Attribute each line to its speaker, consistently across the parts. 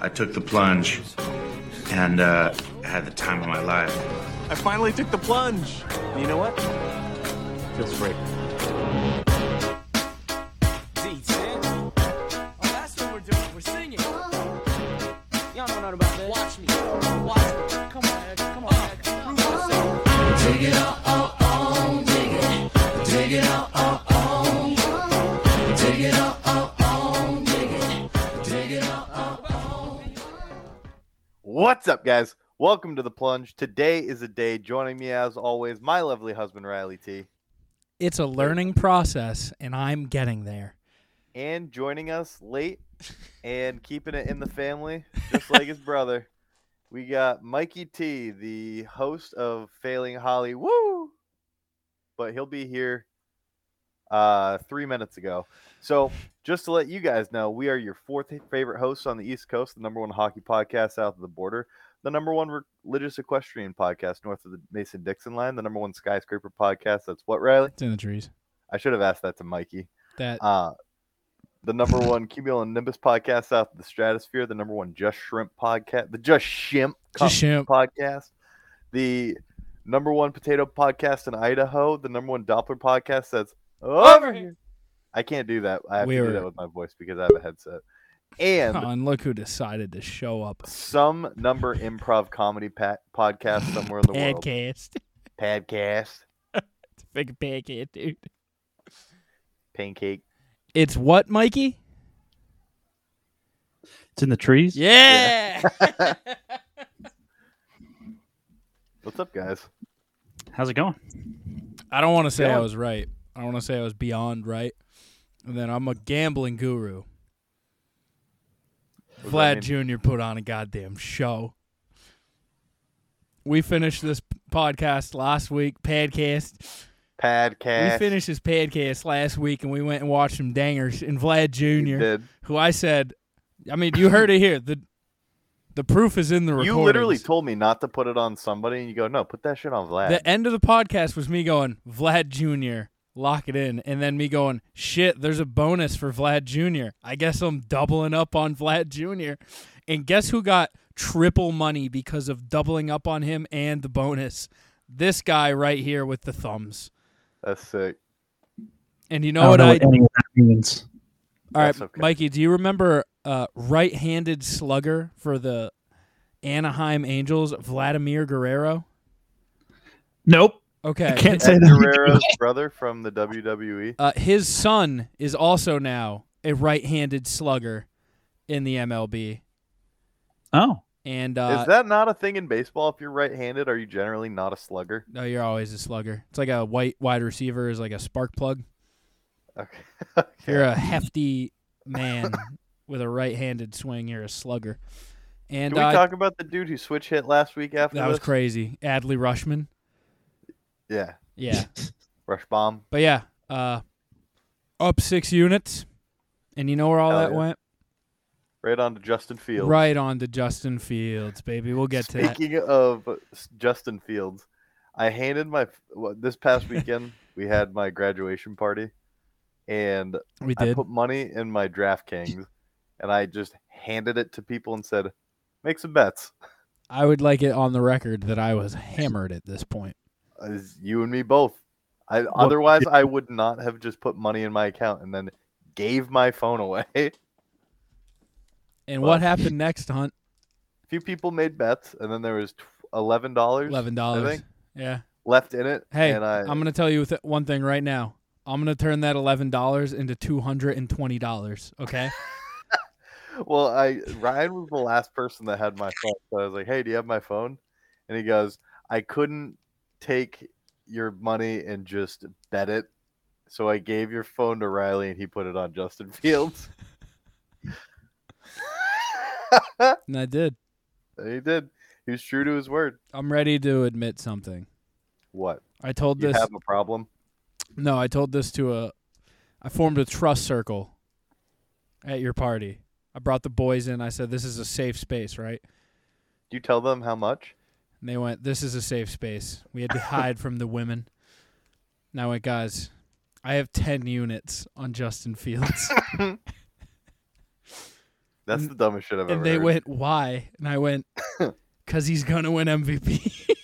Speaker 1: I took the plunge and uh, had the time of my life.
Speaker 2: I finally took the plunge. And you know what? Feels great.
Speaker 3: D10. Oh, that's what we're doing. We're singing. Y'all don't know about this. Watch me. Watch me. Come on, Ed. Come on, Ed. Prove yourself.
Speaker 4: What's up, guys? Welcome to the plunge. Today is a day. Joining me, as always, my lovely husband Riley T,
Speaker 5: It's a learning process, and I'm getting there.
Speaker 4: and joining us late and keeping it in the family, just like his brother. We got Mikey T, the host of Failing Holly. Woo! But he'll be here uh, three minutes ago. So, just to let you guys know, we are your fourth favorite hosts on the East Coast, the number one hockey podcast south of the border, the number one religious equestrian podcast north of the Mason Dixon line, the number one skyscraper podcast. That's what, Riley?
Speaker 5: It's in the trees.
Speaker 4: I should have asked that to Mikey.
Speaker 5: That
Speaker 4: Uh, the number one Cumulo and Nimbus podcast south of the stratosphere, the number one Just Shrimp podcast, the Just Shimp,
Speaker 5: Just Shimp.
Speaker 4: podcast, the number one potato podcast in Idaho, the number one Doppler podcast that's over here. I can't do that. I have
Speaker 5: We
Speaker 4: to do
Speaker 5: were-
Speaker 4: that with my voice because I have a headset. And
Speaker 5: oh, and look who decided to show up.
Speaker 4: some number improv comedy pa- podcast somewhere in the world.
Speaker 5: Podcast.
Speaker 4: Podcast.
Speaker 5: It's a big pancake, dude.
Speaker 4: Pancake.
Speaker 5: It's what, Mikey?
Speaker 6: It's in the trees.
Speaker 5: Yeah.
Speaker 4: What's up, guys?
Speaker 6: How's it going?
Speaker 5: I don't want to say
Speaker 4: Yeah.
Speaker 5: I was right. I want to say I was beyond right. And then I'm a gambling guru.
Speaker 4: What does
Speaker 5: Vlad
Speaker 4: that
Speaker 5: Jr. put on a goddamn show. We finished this p- podcast last week, podcast.
Speaker 4: Podcast.
Speaker 5: We finished this podcast last week and we went and watched some dangers. And Vlad
Speaker 4: You
Speaker 5: Jr.
Speaker 4: did.
Speaker 5: who I said, I mean, you heard it here. The the proof is in the recording.
Speaker 4: You literally told me not to put it on somebody, and you go, no, put that shit on Vlad.
Speaker 5: the end of the podcast was me going Vlad Jr. Lock it in, and then me going shit. There's a bonus for Vlad Jr. I guess I'm doubling up on Vlad Jr. And guess who got triple money because of doubling up on him and the bonus? This guy right here with the thumbs.
Speaker 4: That's sick.
Speaker 5: And you
Speaker 6: I
Speaker 5: know
Speaker 6: don't
Speaker 5: what
Speaker 6: know
Speaker 5: I?
Speaker 6: what any of that means.
Speaker 5: all right,
Speaker 4: That's okay.
Speaker 5: Mikey, do you remember uh, right-handed slugger for the Anaheim Angels, Vladimir Guerrero?
Speaker 6: Nope.
Speaker 5: Okay.
Speaker 6: Can't say
Speaker 4: Ed
Speaker 6: that.
Speaker 4: Guerrero's brother from the E. WWE.
Speaker 5: Uh, his son is also now a right-handed slugger in the MLB,
Speaker 6: Oh,
Speaker 5: and uh,
Speaker 4: Is that not a thing in baseball? If you're right-handed, are you generally not a slugger?
Speaker 5: no, you're always a slugger. It's like a white wide receiver is like a spark plug.
Speaker 4: Okay.
Speaker 5: You're a hefty man with a right-handed swing. You're a slugger,
Speaker 4: Can
Speaker 5: and
Speaker 4: we
Speaker 5: uh,
Speaker 4: talk about the dude who switch hit last week after
Speaker 5: that was
Speaker 4: this?
Speaker 5: crazy. Adley Rushman,
Speaker 4: Yeah,
Speaker 5: yeah,
Speaker 4: rush bomb.
Speaker 5: but yeah, uh, up six units, and you know where all
Speaker 4: Hell
Speaker 5: that
Speaker 4: yeah.
Speaker 5: went?
Speaker 4: Right on to Justin Fields.
Speaker 5: Right on to Justin Fields, baby. We'll get to that.
Speaker 4: Speaking of s- Justin Fields, I handed my f- well, this past weekend we had my graduation party, and
Speaker 5: We
Speaker 4: I
Speaker 5: did.
Speaker 4: put money in my DraftKings, and I just handed it to people and said, "Make some bets."
Speaker 5: I would like it on the record that I was hammered at this point.
Speaker 4: As you and me both. I, otherwise, I would not have just put money in my account and then gave my phone away. A
Speaker 5: And
Speaker 4: Well-
Speaker 5: what happened next, Hunt?
Speaker 4: few people made bets, and then there was tw- eleven dollars,
Speaker 5: Eleven
Speaker 4: I
Speaker 5: dollars.
Speaker 4: think,
Speaker 5: Yeah.
Speaker 4: left in it.
Speaker 5: Hey,
Speaker 4: and I,
Speaker 5: I'm gonna tell you th- one thing right now. I'm gonna turn that eleven dollars into two hundred and twenty dollars. Okay.
Speaker 4: well, I Ryan was the last person that had my phone, so I was like, "Hey, do you have my phone?" And he goes, "I couldn't take your money and just bet it, so I gave your phone to Riley, and he put it on Justin Fields."
Speaker 5: and I did.
Speaker 4: And he did. He was true to his word.
Speaker 5: I'm ready to admit something.
Speaker 4: What?
Speaker 5: I told
Speaker 4: You
Speaker 5: this.
Speaker 4: have a problem?
Speaker 5: No, I told this to a. I formed a trust circle. At your party, I brought the boys in. I said, "This is a safe space, right?"
Speaker 4: Do you tell them how much?
Speaker 5: And they went, This is a safe space. We had to hide from the women. And I went, Guys, I have 10 units on Justin Fields.
Speaker 4: That's the dumbest shit I've ever
Speaker 5: and they
Speaker 4: heard.
Speaker 5: went, "Why?" And I went, "Cause he's gonna win MVP."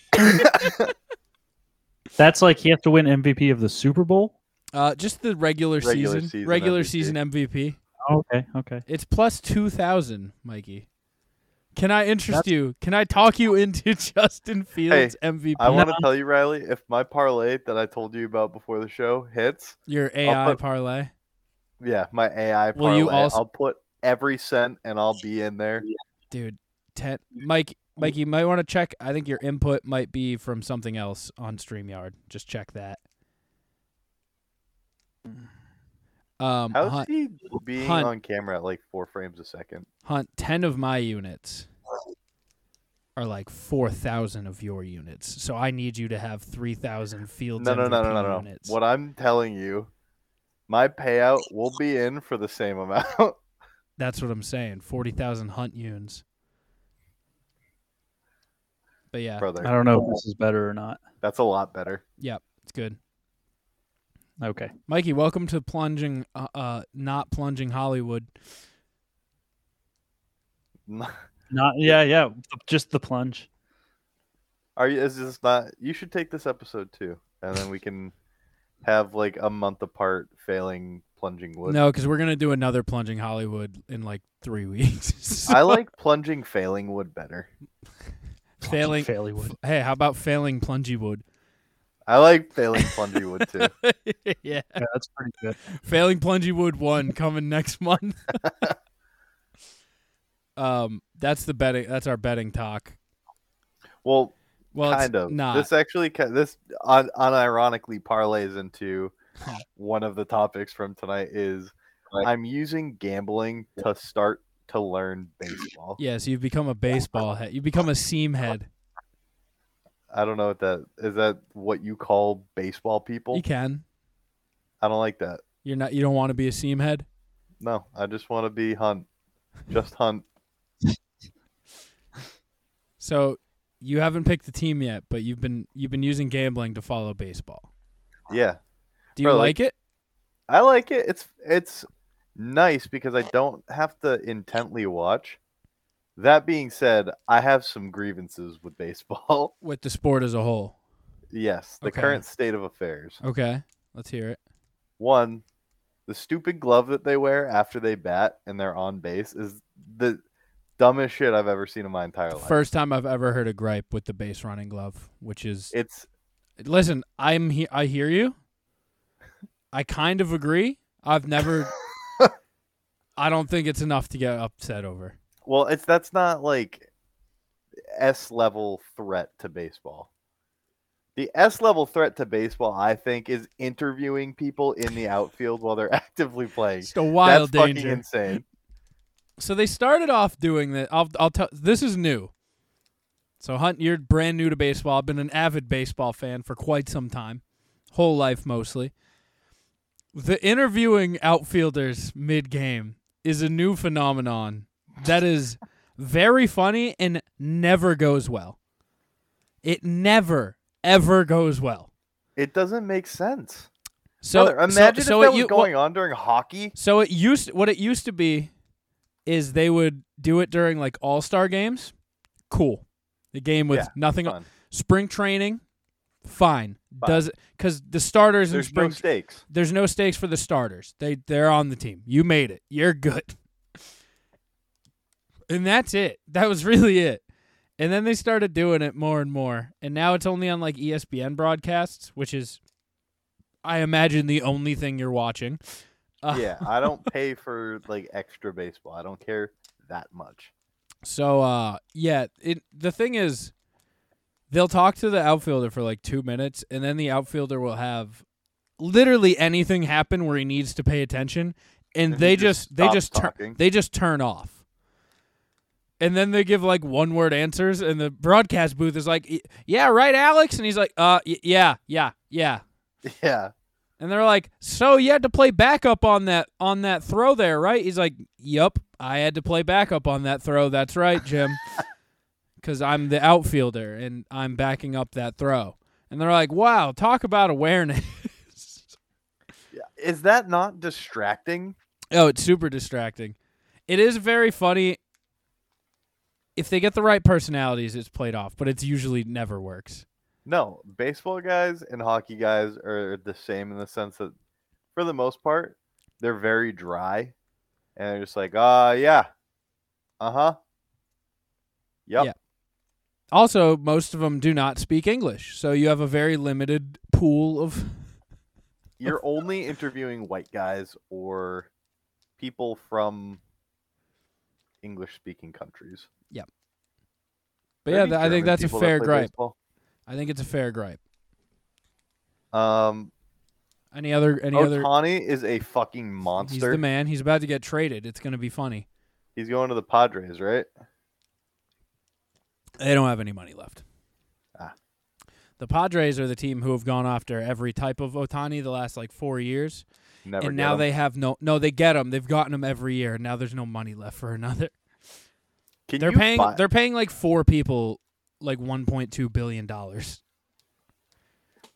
Speaker 6: That's like he has to win MVP of the Super Bowl.
Speaker 5: uh, just the regular,
Speaker 4: Regular season
Speaker 5: regular
Speaker 4: MVP.
Speaker 5: season MVP.
Speaker 6: Oh, Okay, okay.
Speaker 5: It's plus two thousand, Mikey. Can I interest
Speaker 6: That's-
Speaker 5: you? Can I talk you into Justin Fields MVP?
Speaker 4: I want to
Speaker 6: No.
Speaker 4: tell you, Riley, if my parlay that I told you about before the show hits,
Speaker 5: Your AI
Speaker 4: put-
Speaker 5: parlay.
Speaker 4: yeah, my AI parlay,
Speaker 5: Will you also-
Speaker 4: I'll put every cent and I'll be in there.
Speaker 5: dude. Ten, Mike, Mike, you might want to check. I think your input might be from something else on Streamyard. Just check that. Um,
Speaker 4: How's
Speaker 5: hunt,
Speaker 4: he being
Speaker 5: Hunt.
Speaker 4: on camera at like four frames a second?
Speaker 5: hunt ten of my units are like four thousand of your units. So I need you to have three thousand fields.
Speaker 4: No, no, no, no,
Speaker 5: MVP
Speaker 4: no, no.
Speaker 5: Units.
Speaker 4: What I'm telling you, my payout will be in for the same amount.
Speaker 5: That's what I'm saying. Forty thousand hunt unes. But yeah,
Speaker 6: I
Speaker 4: Brother,
Speaker 6: don't know if this is better or not.
Speaker 4: that's a lot better.
Speaker 5: it's good.
Speaker 6: Okay.
Speaker 5: Mikey, welcome to plunging, uh, uh not plunging Hollywood.
Speaker 6: Not yeah, yeah. Just the plunge.
Speaker 4: Are you? Is this not? You should take this episode too, and then we can have like a month apart, failing plunging wood.
Speaker 5: No, because we're gonna do another plunging Hollywood in like three weeks.
Speaker 4: I like plunging failing wood better.
Speaker 5: failing.
Speaker 6: Failing.
Speaker 5: Hey, how about failing plungy wood?
Speaker 4: I like failing plunging wood too.
Speaker 5: yeah,
Speaker 6: Yeah, that's pretty good.
Speaker 5: failing plungy wood one coming next month. um, that's the betting. That's our betting talk.
Speaker 4: Well,
Speaker 5: Well, it's
Speaker 4: kind of.
Speaker 5: not.
Speaker 4: This actually, ki- this un- unironically parlays into one of the topics from tonight is I'm using gambling to start to learn baseball.
Speaker 5: yeah, so you've become a baseball head. You become a seam head.
Speaker 4: I don't know what that is. That what you call baseball people?
Speaker 5: You can.
Speaker 4: I don't like that.
Speaker 5: You're not. You don't want to be a seam head.
Speaker 4: No, I just want to be hunt, just hunt.
Speaker 5: So you haven't picked the team yet, but you've been you've been using gambling to follow baseball.
Speaker 4: Yeah,
Speaker 5: Do you
Speaker 4: Bro,
Speaker 5: like
Speaker 4: like-
Speaker 5: it?
Speaker 4: I like it. It's it's nice because I don't have to intently watch. That being said, I have some grievances with baseball.
Speaker 5: With the sport as a whole.
Speaker 4: Yes, the
Speaker 5: Okay.
Speaker 4: current state of affairs.
Speaker 5: Okay, let's hear it.
Speaker 4: One, the stupid glove that they wear after they bat and they're on base is the dumbest shit I've ever seen in my entire
Speaker 5: The
Speaker 4: life.
Speaker 5: first time I've ever heard a gripe with the base running glove, which is
Speaker 4: It's
Speaker 5: listen, I'm he- I hear you. I kind of agree. I've never. I don't think it's enough to get upset over.
Speaker 4: well, it's that's not like S level threat to baseball. The S level threat to baseball, I think, is interviewing people in the outfield while they're actively playing.
Speaker 5: It's a wild
Speaker 4: that's
Speaker 5: danger.
Speaker 4: fucking insane.
Speaker 5: so they started off doing that. I'll I'll tell. This is new. So Hunt, you're brand new to baseball. I've been an avid baseball fan for quite some time, whole life mostly. The interviewing outfielders mid-game is a new phenomenon that is very funny and never goes well. It never ever goes well.
Speaker 4: It doesn't make sense.
Speaker 5: So
Speaker 4: Brother,
Speaker 5: so-
Speaker 4: imagine
Speaker 5: so
Speaker 4: if that
Speaker 5: it
Speaker 4: was
Speaker 5: u- well-
Speaker 4: going on during hockey.
Speaker 5: So it used what it used to be is they would do it during like All Star games. Cool, the game with
Speaker 4: Yeah,
Speaker 5: nothing.
Speaker 4: fun.
Speaker 5: Spring training, fine.
Speaker 4: Fine.
Speaker 5: Does because the starters in
Speaker 4: There's
Speaker 5: spring
Speaker 4: no stakes.
Speaker 5: there's no stakes for the starters. They they're on the team. You made it. You're good. And that's it. That was really it. And then they started doing it more and more. And now it's only on like E ESPN broadcasts, which is I imagine the only thing you're watching. Uh,
Speaker 4: yeah, I don't pay for like extra baseball. I don't care that much.
Speaker 5: So uh yeah, it the thing is they'll talk to the outfielder for like 2 minutes and then the outfielder will have literally anything happen where he needs to pay attention
Speaker 4: And
Speaker 5: and,
Speaker 4: he
Speaker 5: they
Speaker 4: just
Speaker 5: just, they
Speaker 4: stops
Speaker 5: just turn
Speaker 4: talking.
Speaker 5: they just turn off. And then they give like one word answers and the broadcast booth is like, "Y- "Yeah, right, Alex." And he's like, "Uh y- yeah, yeah, yeah."
Speaker 4: Yeah,
Speaker 5: And they're like, "So you had to play backup on that on that throw there, right?" He's like, "Yep, I had to play backup on that throw. That's right, Jim, because I'm the outfielder and I'm backing up that throw." And they're like, "Wow, talk about awareness."
Speaker 4: is that not distracting?
Speaker 5: oh, it's super distracting. It is very funny. If they get the right personalities, it's played off, but it's usually never works.
Speaker 4: No, baseball guys and hockey guys are the same in the sense that, for the most part, they're very dry, and they're just like, uh, yeah, uh huh, yep,
Speaker 5: Yeah. Also, most of them do not speak English, so you have a very limited pool of.
Speaker 4: You're only interviewing white guys or people from English-speaking countries.
Speaker 5: But
Speaker 4: There
Speaker 5: yeah,
Speaker 4: be
Speaker 5: th- I think
Speaker 4: German
Speaker 5: that's a
Speaker 4: people that
Speaker 5: fair
Speaker 4: play
Speaker 5: gripe.
Speaker 4: baseball.
Speaker 5: I think it's a fair gripe.
Speaker 4: Um,
Speaker 5: Any other? Any other?
Speaker 4: Otani is a fucking
Speaker 5: He's
Speaker 4: Oh, monster.
Speaker 5: the man. He's about to get traded. It's going to be funny.
Speaker 4: He's going to the Padres, right?
Speaker 5: They don't have any money left.
Speaker 4: Ah.
Speaker 5: The Padres are the team who have gone after every type of Otani the last like four years,
Speaker 4: Never.
Speaker 5: and
Speaker 4: get
Speaker 5: now
Speaker 4: him.
Speaker 5: they have no. No, they get them. They've gotten them every year. Now there's no money left for another.
Speaker 4: Can
Speaker 5: they're
Speaker 4: you
Speaker 5: paying.
Speaker 4: buy-
Speaker 5: They're paying like four people like 1.2 billion dollars.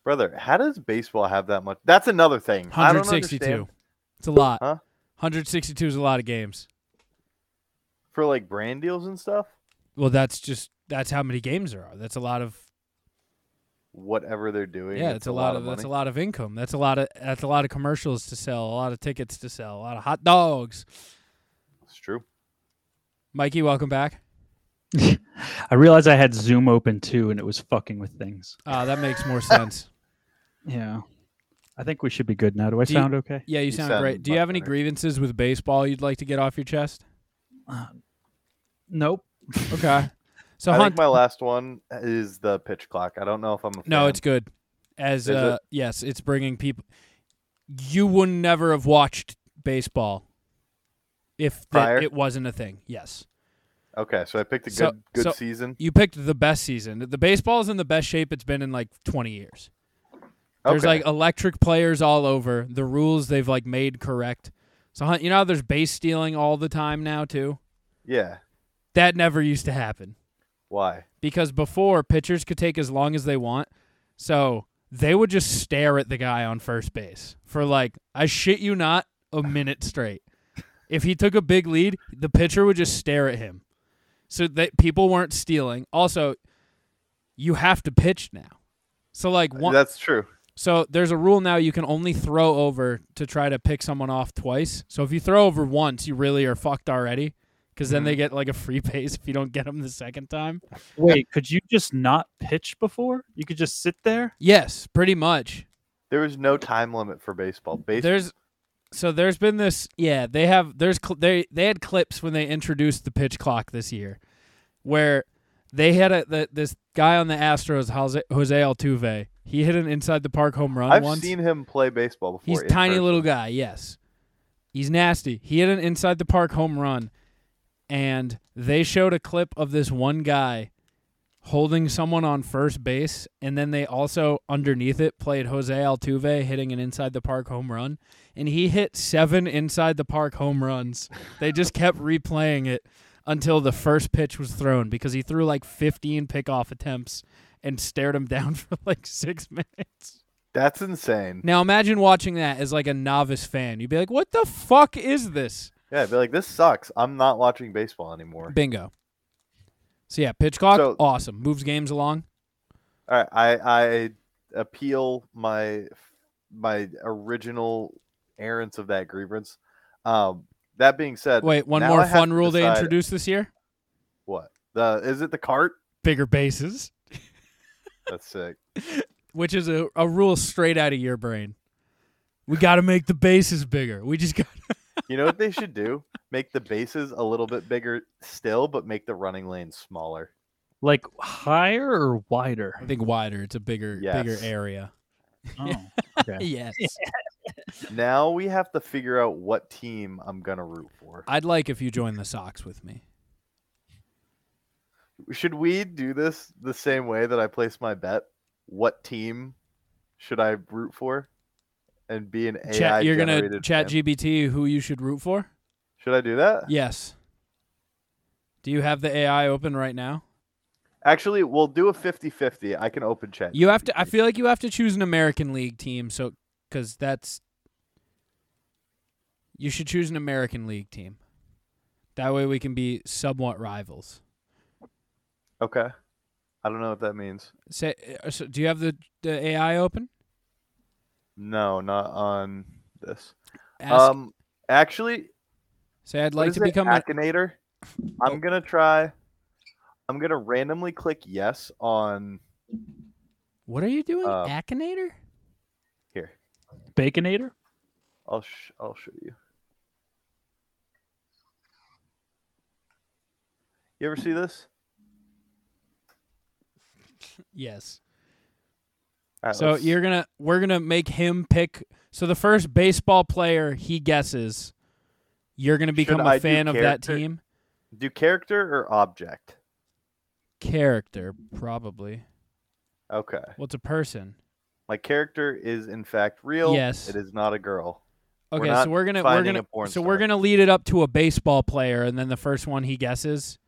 Speaker 4: brother. How does baseball have that much? That's another thing. I don't
Speaker 5: 162.
Speaker 4: understand.
Speaker 5: It's a lot.
Speaker 4: Huh?
Speaker 5: 162 is a lot of games.
Speaker 4: for like brand deals and stuff.
Speaker 5: Well, that's just that's how many games there are. That's a lot of
Speaker 4: Whatever they're doing,
Speaker 5: yeah,
Speaker 4: it's,
Speaker 5: it's a lot of,
Speaker 4: money.
Speaker 5: that's a lot of income. That's a lot of that's a lot of commercials to sell, a lot of tickets to sell, a lot of hot dogs.
Speaker 4: It's true.
Speaker 5: Mikey, welcome back.
Speaker 6: I realized I had Zoom open too, and it was fucking with things.
Speaker 5: Uh, that makes more sense.
Speaker 6: Yeah. I think we should be good now. Do I
Speaker 5: Do you-
Speaker 6: sound okay?
Speaker 5: Yeah, you,
Speaker 4: You
Speaker 5: sound
Speaker 4: sound
Speaker 5: great. Do you
Speaker 4: much
Speaker 5: have any
Speaker 4: better.
Speaker 5: grievances with baseball you'd like to get off your chest?
Speaker 6: Nope.
Speaker 5: Okay. So
Speaker 4: I
Speaker 5: Hunt,
Speaker 4: think my last one is the pitch clock. I don't know if I'm. A
Speaker 5: no,
Speaker 4: fan.
Speaker 5: it's good. As
Speaker 4: Is
Speaker 5: uh, yes, it's bringing people. You would never have watched baseball if that
Speaker 4: Prior?
Speaker 5: it wasn't a thing. Yes.
Speaker 4: okay. So I picked a good
Speaker 5: So-
Speaker 4: good
Speaker 5: so-
Speaker 4: season.
Speaker 5: you picked the best season. The baseball is in the best shape it's been in like 20 years. There's
Speaker 4: Okay.
Speaker 5: like electric players all over. The rules they've like made correct. So Hunt, you know how there's base stealing all the time now too.
Speaker 4: yeah.
Speaker 5: That never used to happen
Speaker 4: Why?
Speaker 5: because before pitchers could take as long as they want. So they would just stare at the guy on first base for like I shit you not a minute straight. If he took a big lead, the pitcher would just stare at him. So that people weren't stealing. Also, you have to pitch now. So like one
Speaker 4: That's true.
Speaker 5: so there's a rule now you can only throw over to try to pick someone off twice. So if you throw over once, you really are fucked already because then they get like a free base if you don't get them the second time.
Speaker 6: Wait, could you just not pitch before? You could just sit there?
Speaker 5: Yes, pretty much.
Speaker 4: There was no time limit for baseball. Baseball.
Speaker 5: There's so there's been this yeah, they have there's cl- they they had clips when they introduced the pitch clock this year where they had a the, this guy on the Astros Jose, Jose Altuve. He hit an inside the park home run
Speaker 4: I've
Speaker 5: once.
Speaker 4: seen him play baseball before.
Speaker 5: He's
Speaker 4: in
Speaker 5: tiny
Speaker 4: person.
Speaker 5: little guy, yes. He's nasty. He hit an inside the park home run and they showed a clip of this one guy holding someone on first base and then they also underneath it played Jose Altuve hitting an inside the park home run and he hit 7 inside the park home runs. They just kept replaying it until the first pitch was thrown because he threw like 15 pickoff attempts and stared him down for like 6 minutes.
Speaker 4: That's insane.
Speaker 5: Now imagine watching that as like a novice fan. You'd be like, "What the fuck is this?"
Speaker 4: Yeah, I'd be like, this sucks. I'm not watching baseball anymore.
Speaker 5: Bingo. So yeah, pitch clock,
Speaker 4: So-
Speaker 5: awesome. Moves games along.
Speaker 4: All right, I I appeal my my original errands of that grievance. Um, that being said,
Speaker 5: Wait, one
Speaker 4: now I
Speaker 5: more
Speaker 4: have
Speaker 5: fun
Speaker 4: to
Speaker 5: rule they
Speaker 4: decide
Speaker 5: introduced this year:
Speaker 4: What the is it? The cart?
Speaker 5: bigger bases,
Speaker 4: That's sick.
Speaker 5: which is a, a rule straight out of your brain. We got to make the bases bigger. We just got
Speaker 4: You know what they should do? Make the bases a little bit bigger still, but make the running lanes smaller.
Speaker 6: Like higher or wider?
Speaker 5: I think wider. It's a bigger bigger
Speaker 4: Yes.
Speaker 5: area.
Speaker 6: Oh, okay.
Speaker 5: Yes.
Speaker 4: Now we have to figure out what team I'm gonna root for.
Speaker 5: I'd like if you join the Sox with me.
Speaker 4: Should we do this the same way that I place my bet? What team should I root for? And be an AI
Speaker 5: Chat, you're gonna
Speaker 4: generated
Speaker 5: chat
Speaker 4: fan?
Speaker 5: GBT who you should root for.
Speaker 4: Should I do that?
Speaker 5: Yes. Do you have the AI open right now?
Speaker 4: Actually, we'll do a 50-50. I can open chat.
Speaker 5: You have to. I feel like you have to choose an American League team, so because that's you should choose an American League team. That way we can be somewhat rivals.
Speaker 4: Okay. I don't know what that means.
Speaker 5: Say, uh, so do you have the, the AI open?
Speaker 4: No, not on this.
Speaker 5: Ask,
Speaker 4: Um, actually,
Speaker 5: say I'd
Speaker 4: what
Speaker 5: like
Speaker 4: is
Speaker 5: to
Speaker 4: it?
Speaker 5: become. a- Oh.
Speaker 4: Akinator. I'm gonna try. I'm gonna randomly click yes on
Speaker 5: what are you doing,
Speaker 4: uh,
Speaker 5: Akinator?
Speaker 4: here.
Speaker 6: Baconator?
Speaker 4: I'll sh- I'll show you. You ever see this?
Speaker 5: Yes.
Speaker 4: All right,
Speaker 5: So
Speaker 4: let's-
Speaker 5: you're gonna we're gonna make him pick. So the first baseball player he guesses, you're gonna become a
Speaker 4: I do
Speaker 5: fan of that
Speaker 4: character?
Speaker 5: team.
Speaker 4: do character or object?
Speaker 5: Character probably.
Speaker 4: Okay,
Speaker 5: Well, it's a person.
Speaker 4: my character is in fact real.
Speaker 5: Yes.
Speaker 4: it is not a girl. We're
Speaker 5: Okay,
Speaker 4: not
Speaker 5: so we're gonna we're
Speaker 4: finding
Speaker 5: gonna
Speaker 4: a porn
Speaker 5: so we're
Speaker 4: star.
Speaker 5: gonna lead it up to a baseball player, and then the first one he guesses.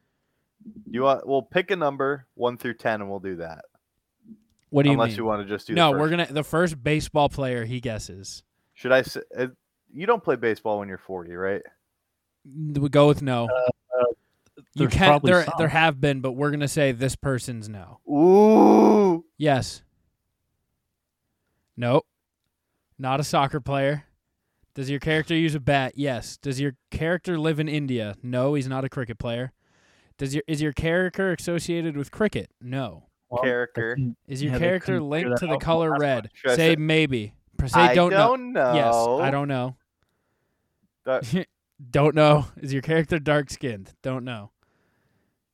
Speaker 4: You want? Well, pick a number one through ten, and we'll do that.
Speaker 5: What do you
Speaker 4: Unless
Speaker 5: mean?
Speaker 4: you want to just do. the
Speaker 5: no, we're
Speaker 4: first.
Speaker 5: gonna the first baseball player he guesses.
Speaker 4: Should I? Say, uh, you don't play baseball when you're 40, right?
Speaker 5: We go with no. you
Speaker 6: Uh, there's
Speaker 5: can't.
Speaker 6: probably
Speaker 5: There
Speaker 6: some.
Speaker 5: there have been, but we're gonna say this person's no.
Speaker 4: Ooh.
Speaker 5: Yes. Nope. Not a soccer player. Does your character use a bat? Yes. Does your character live in India? No, he's not a cricket player. Does your is your character associated with cricket? No.
Speaker 6: Well,
Speaker 4: character.
Speaker 6: I can-
Speaker 5: Is your
Speaker 6: Yeah, they
Speaker 5: character
Speaker 6: couldn't figure
Speaker 5: linked
Speaker 6: that
Speaker 5: to the
Speaker 6: out from
Speaker 5: color
Speaker 6: the last
Speaker 5: red?
Speaker 4: Should I
Speaker 5: Say
Speaker 4: say-
Speaker 5: maybe. Pr- Say
Speaker 4: I
Speaker 5: don't know.
Speaker 4: don't know.
Speaker 5: Yes, I don't know.
Speaker 4: Uh,
Speaker 5: Don't know. Is your character dark skinned? Don't know.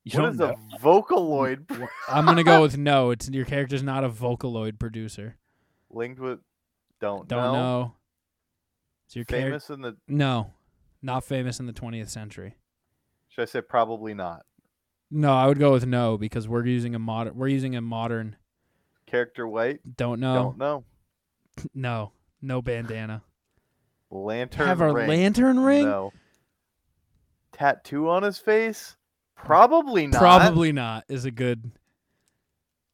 Speaker 6: You
Speaker 4: What
Speaker 6: don't
Speaker 4: is
Speaker 6: know.
Speaker 4: a Vocaloid pr-
Speaker 5: I'm gonna go with no. It's your character's not a Vocaloid producer.
Speaker 4: linked with? Don't,
Speaker 5: Don't know. Is your character
Speaker 4: Famous in the?
Speaker 5: no, not famous in the 20th century.
Speaker 4: Should I say probably not?
Speaker 5: No, I would go with no because we're using a modern. We're using a modern.
Speaker 4: Character white.
Speaker 5: Don't know.
Speaker 4: Don't know.
Speaker 5: No, no bandana.
Speaker 4: Lantern
Speaker 5: Have our
Speaker 4: ring.
Speaker 5: lantern ring?
Speaker 4: No. Tattoo on his face. Probably not.
Speaker 5: Probably not. Is a good.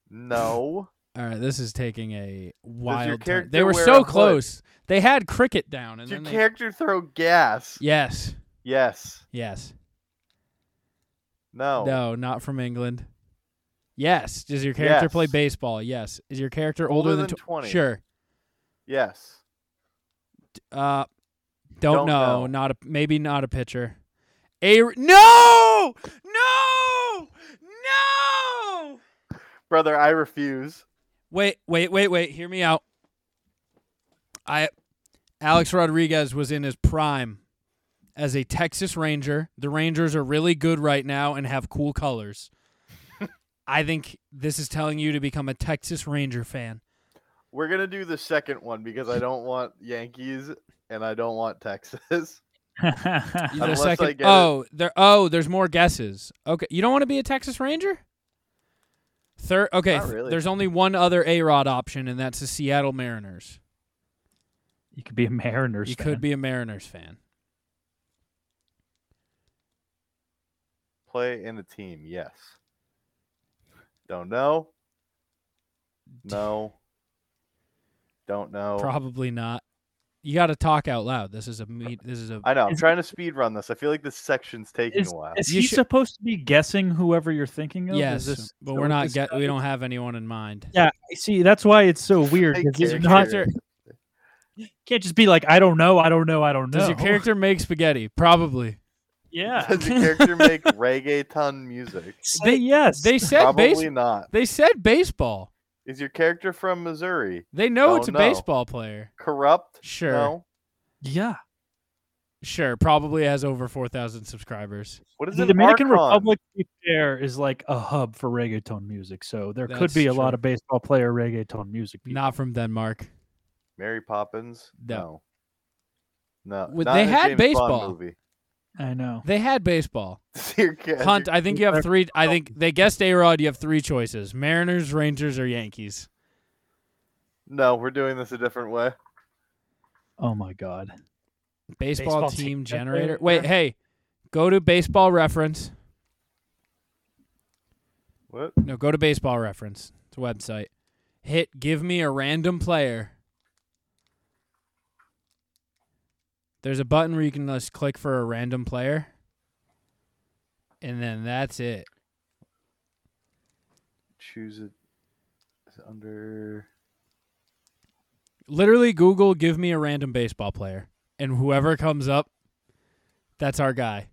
Speaker 4: No.
Speaker 5: All right, this is taking a wild turn.
Speaker 4: character
Speaker 5: They were
Speaker 4: wear a
Speaker 5: so
Speaker 4: hood?
Speaker 5: close. They had cricket down, and
Speaker 4: Did your
Speaker 5: then they-
Speaker 4: character throw gas?
Speaker 5: yes,
Speaker 4: Yes.
Speaker 5: yes,
Speaker 4: No.
Speaker 5: no, not from England. Yes, does your character play
Speaker 4: Oh. Yes.
Speaker 5: baseball? Yes, is your character
Speaker 4: Older
Speaker 5: older, than,
Speaker 4: than
Speaker 5: tw-
Speaker 4: 20.
Speaker 5: Sure.
Speaker 4: Yes.
Speaker 5: Uh,
Speaker 4: Don't
Speaker 5: don't, know.
Speaker 4: know.
Speaker 5: Not a maybe not a pitcher. A no, no, no.
Speaker 4: Brother, I refuse.
Speaker 5: Wait, wait, wait, wait. Hear me out. I, Alex Rodriguez was in his prime as a Texas Ranger. The Rangers are really good right now and have cool colors. I think this is telling you to become a Texas Ranger fan.
Speaker 4: We're gonna do the second one because I don't want Yankees and I don't want Texas.
Speaker 5: You-
Speaker 4: Unless
Speaker 5: there's second-
Speaker 4: I get it.
Speaker 5: oh, there. Oh, there's more guesses. Okay, you don't want to be a Texas Ranger. Third. Okay,
Speaker 4: Not
Speaker 5: th-
Speaker 4: really.
Speaker 5: there's only one other A Rod option, and that's the Seattle Mariners.
Speaker 6: you could be a Mariners.
Speaker 5: you
Speaker 6: fan.
Speaker 5: could be a Mariners fan.
Speaker 4: Play in a team, yes. Don't know. No. Don't know.
Speaker 5: Probably not. You got to talk out loud. This is a meet. This is a.
Speaker 4: I know. I'm
Speaker 6: Is-
Speaker 4: trying to speed run this. I feel like this section's taking
Speaker 6: Is,
Speaker 4: a while.
Speaker 6: is
Speaker 5: You
Speaker 6: he
Speaker 5: should-
Speaker 6: supposed to be guessing whoever you're thinking of? Is
Speaker 5: yes,
Speaker 6: this-
Speaker 5: but
Speaker 6: so
Speaker 5: we're not
Speaker 6: this
Speaker 5: get.
Speaker 6: guy-
Speaker 5: We don't have anyone in mind.
Speaker 6: Yeah, I see. That's why it's so weird.
Speaker 4: Hey,
Speaker 6: 'cause
Speaker 5: Does
Speaker 6: it's
Speaker 5: your
Speaker 4: Character.
Speaker 6: not,
Speaker 5: character
Speaker 6: can't just be like, I don't know, I don't know, I don't know.
Speaker 5: does your character make spaghetti? Probably.
Speaker 6: Yeah.
Speaker 4: Does your character make reggaeton music?
Speaker 6: Say
Speaker 5: They-
Speaker 6: yes.
Speaker 5: They said
Speaker 4: Probably
Speaker 5: base.
Speaker 4: not.
Speaker 5: They said baseball.
Speaker 4: Is your character from Missouri?
Speaker 5: They know
Speaker 4: Don't
Speaker 5: it's a
Speaker 4: know.
Speaker 5: baseball player.
Speaker 4: Corrupt?
Speaker 5: Sure.
Speaker 4: No.
Speaker 6: yeah.
Speaker 5: Sure. Probably has over four thousand subscribers.
Speaker 4: What is
Speaker 6: The
Speaker 4: an
Speaker 6: Dominican
Speaker 4: archon?
Speaker 6: Republic to be fair, is like a hub for reggaeton music. So there could
Speaker 5: That's
Speaker 6: be a lot
Speaker 5: true.
Speaker 6: of baseball player reggaeton music. people.
Speaker 5: Not from Denmark.
Speaker 4: Mary Poppins?
Speaker 5: No.
Speaker 4: No. No.
Speaker 5: Would-
Speaker 4: not
Speaker 5: they
Speaker 4: in a
Speaker 5: had
Speaker 4: James Bond
Speaker 5: baseball.
Speaker 4: movie.
Speaker 6: I know.
Speaker 5: They had baseball.
Speaker 4: Does your ca- has
Speaker 5: Hunt,
Speaker 4: your-
Speaker 5: I think you have three. I think they guessed A Rod. You have three choices Mariners, Rangers, or Yankees.
Speaker 4: No, we're doing this a different way.
Speaker 6: Oh my god.
Speaker 5: Baseball,
Speaker 6: Baseball
Speaker 5: team,
Speaker 6: team
Speaker 5: generator.
Speaker 6: generator.
Speaker 5: Wait, hey, go to baseball reference.
Speaker 4: What?
Speaker 5: No, go to baseball reference. It's a website. Hit give me a random player. There's a button where you can just click for a random player. and then that's it.
Speaker 4: Choose it is it under.
Speaker 5: Literally, Google give me a random baseball player, and whoever comes up, that's our guy.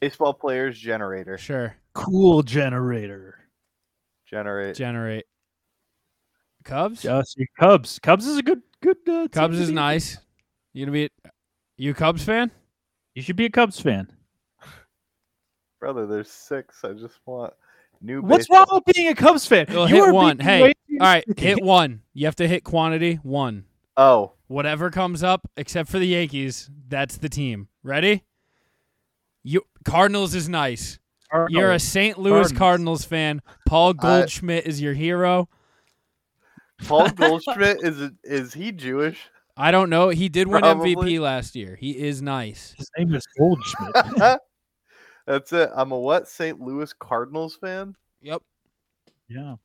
Speaker 4: Baseball players generator.
Speaker 5: Sure,
Speaker 6: Cool generator.
Speaker 4: Generate.
Speaker 5: generate. Cubs.
Speaker 6: Just your Uh, Cubs. Cubs is a good good. Uh, team
Speaker 5: Cubs
Speaker 6: to
Speaker 5: is
Speaker 6: be-
Speaker 5: nice. You gonna be you a Cubs fan?
Speaker 6: You should be a Cubs fan.
Speaker 4: Brother, there's six. I just want new.
Speaker 6: What's
Speaker 4: baseball.
Speaker 6: wrong with being a Cubs fan?
Speaker 5: Well,
Speaker 6: you
Speaker 5: hit
Speaker 6: are
Speaker 5: one.
Speaker 6: being
Speaker 5: Hey,
Speaker 6: way too-
Speaker 5: All right, hit one. You have to hit quantity one.
Speaker 4: Oh,
Speaker 5: Whatever comes up, except for the Yankees, that's the team. Ready? You Cardinals is nice. You're a St. Louis Cardinals,
Speaker 6: Cardinals.
Speaker 5: fan. Paul
Speaker 4: I-
Speaker 5: Goldschmidt is your hero.
Speaker 4: Paul Goldschmidt is a- is he Jewish?
Speaker 5: I don't know. He did win
Speaker 4: Probably.
Speaker 5: MVP last year. He is nice.
Speaker 6: His name is Goldschmidt.
Speaker 4: That's it. I'm a what St. Louis Cardinals fan.
Speaker 5: Yep.
Speaker 6: yeah.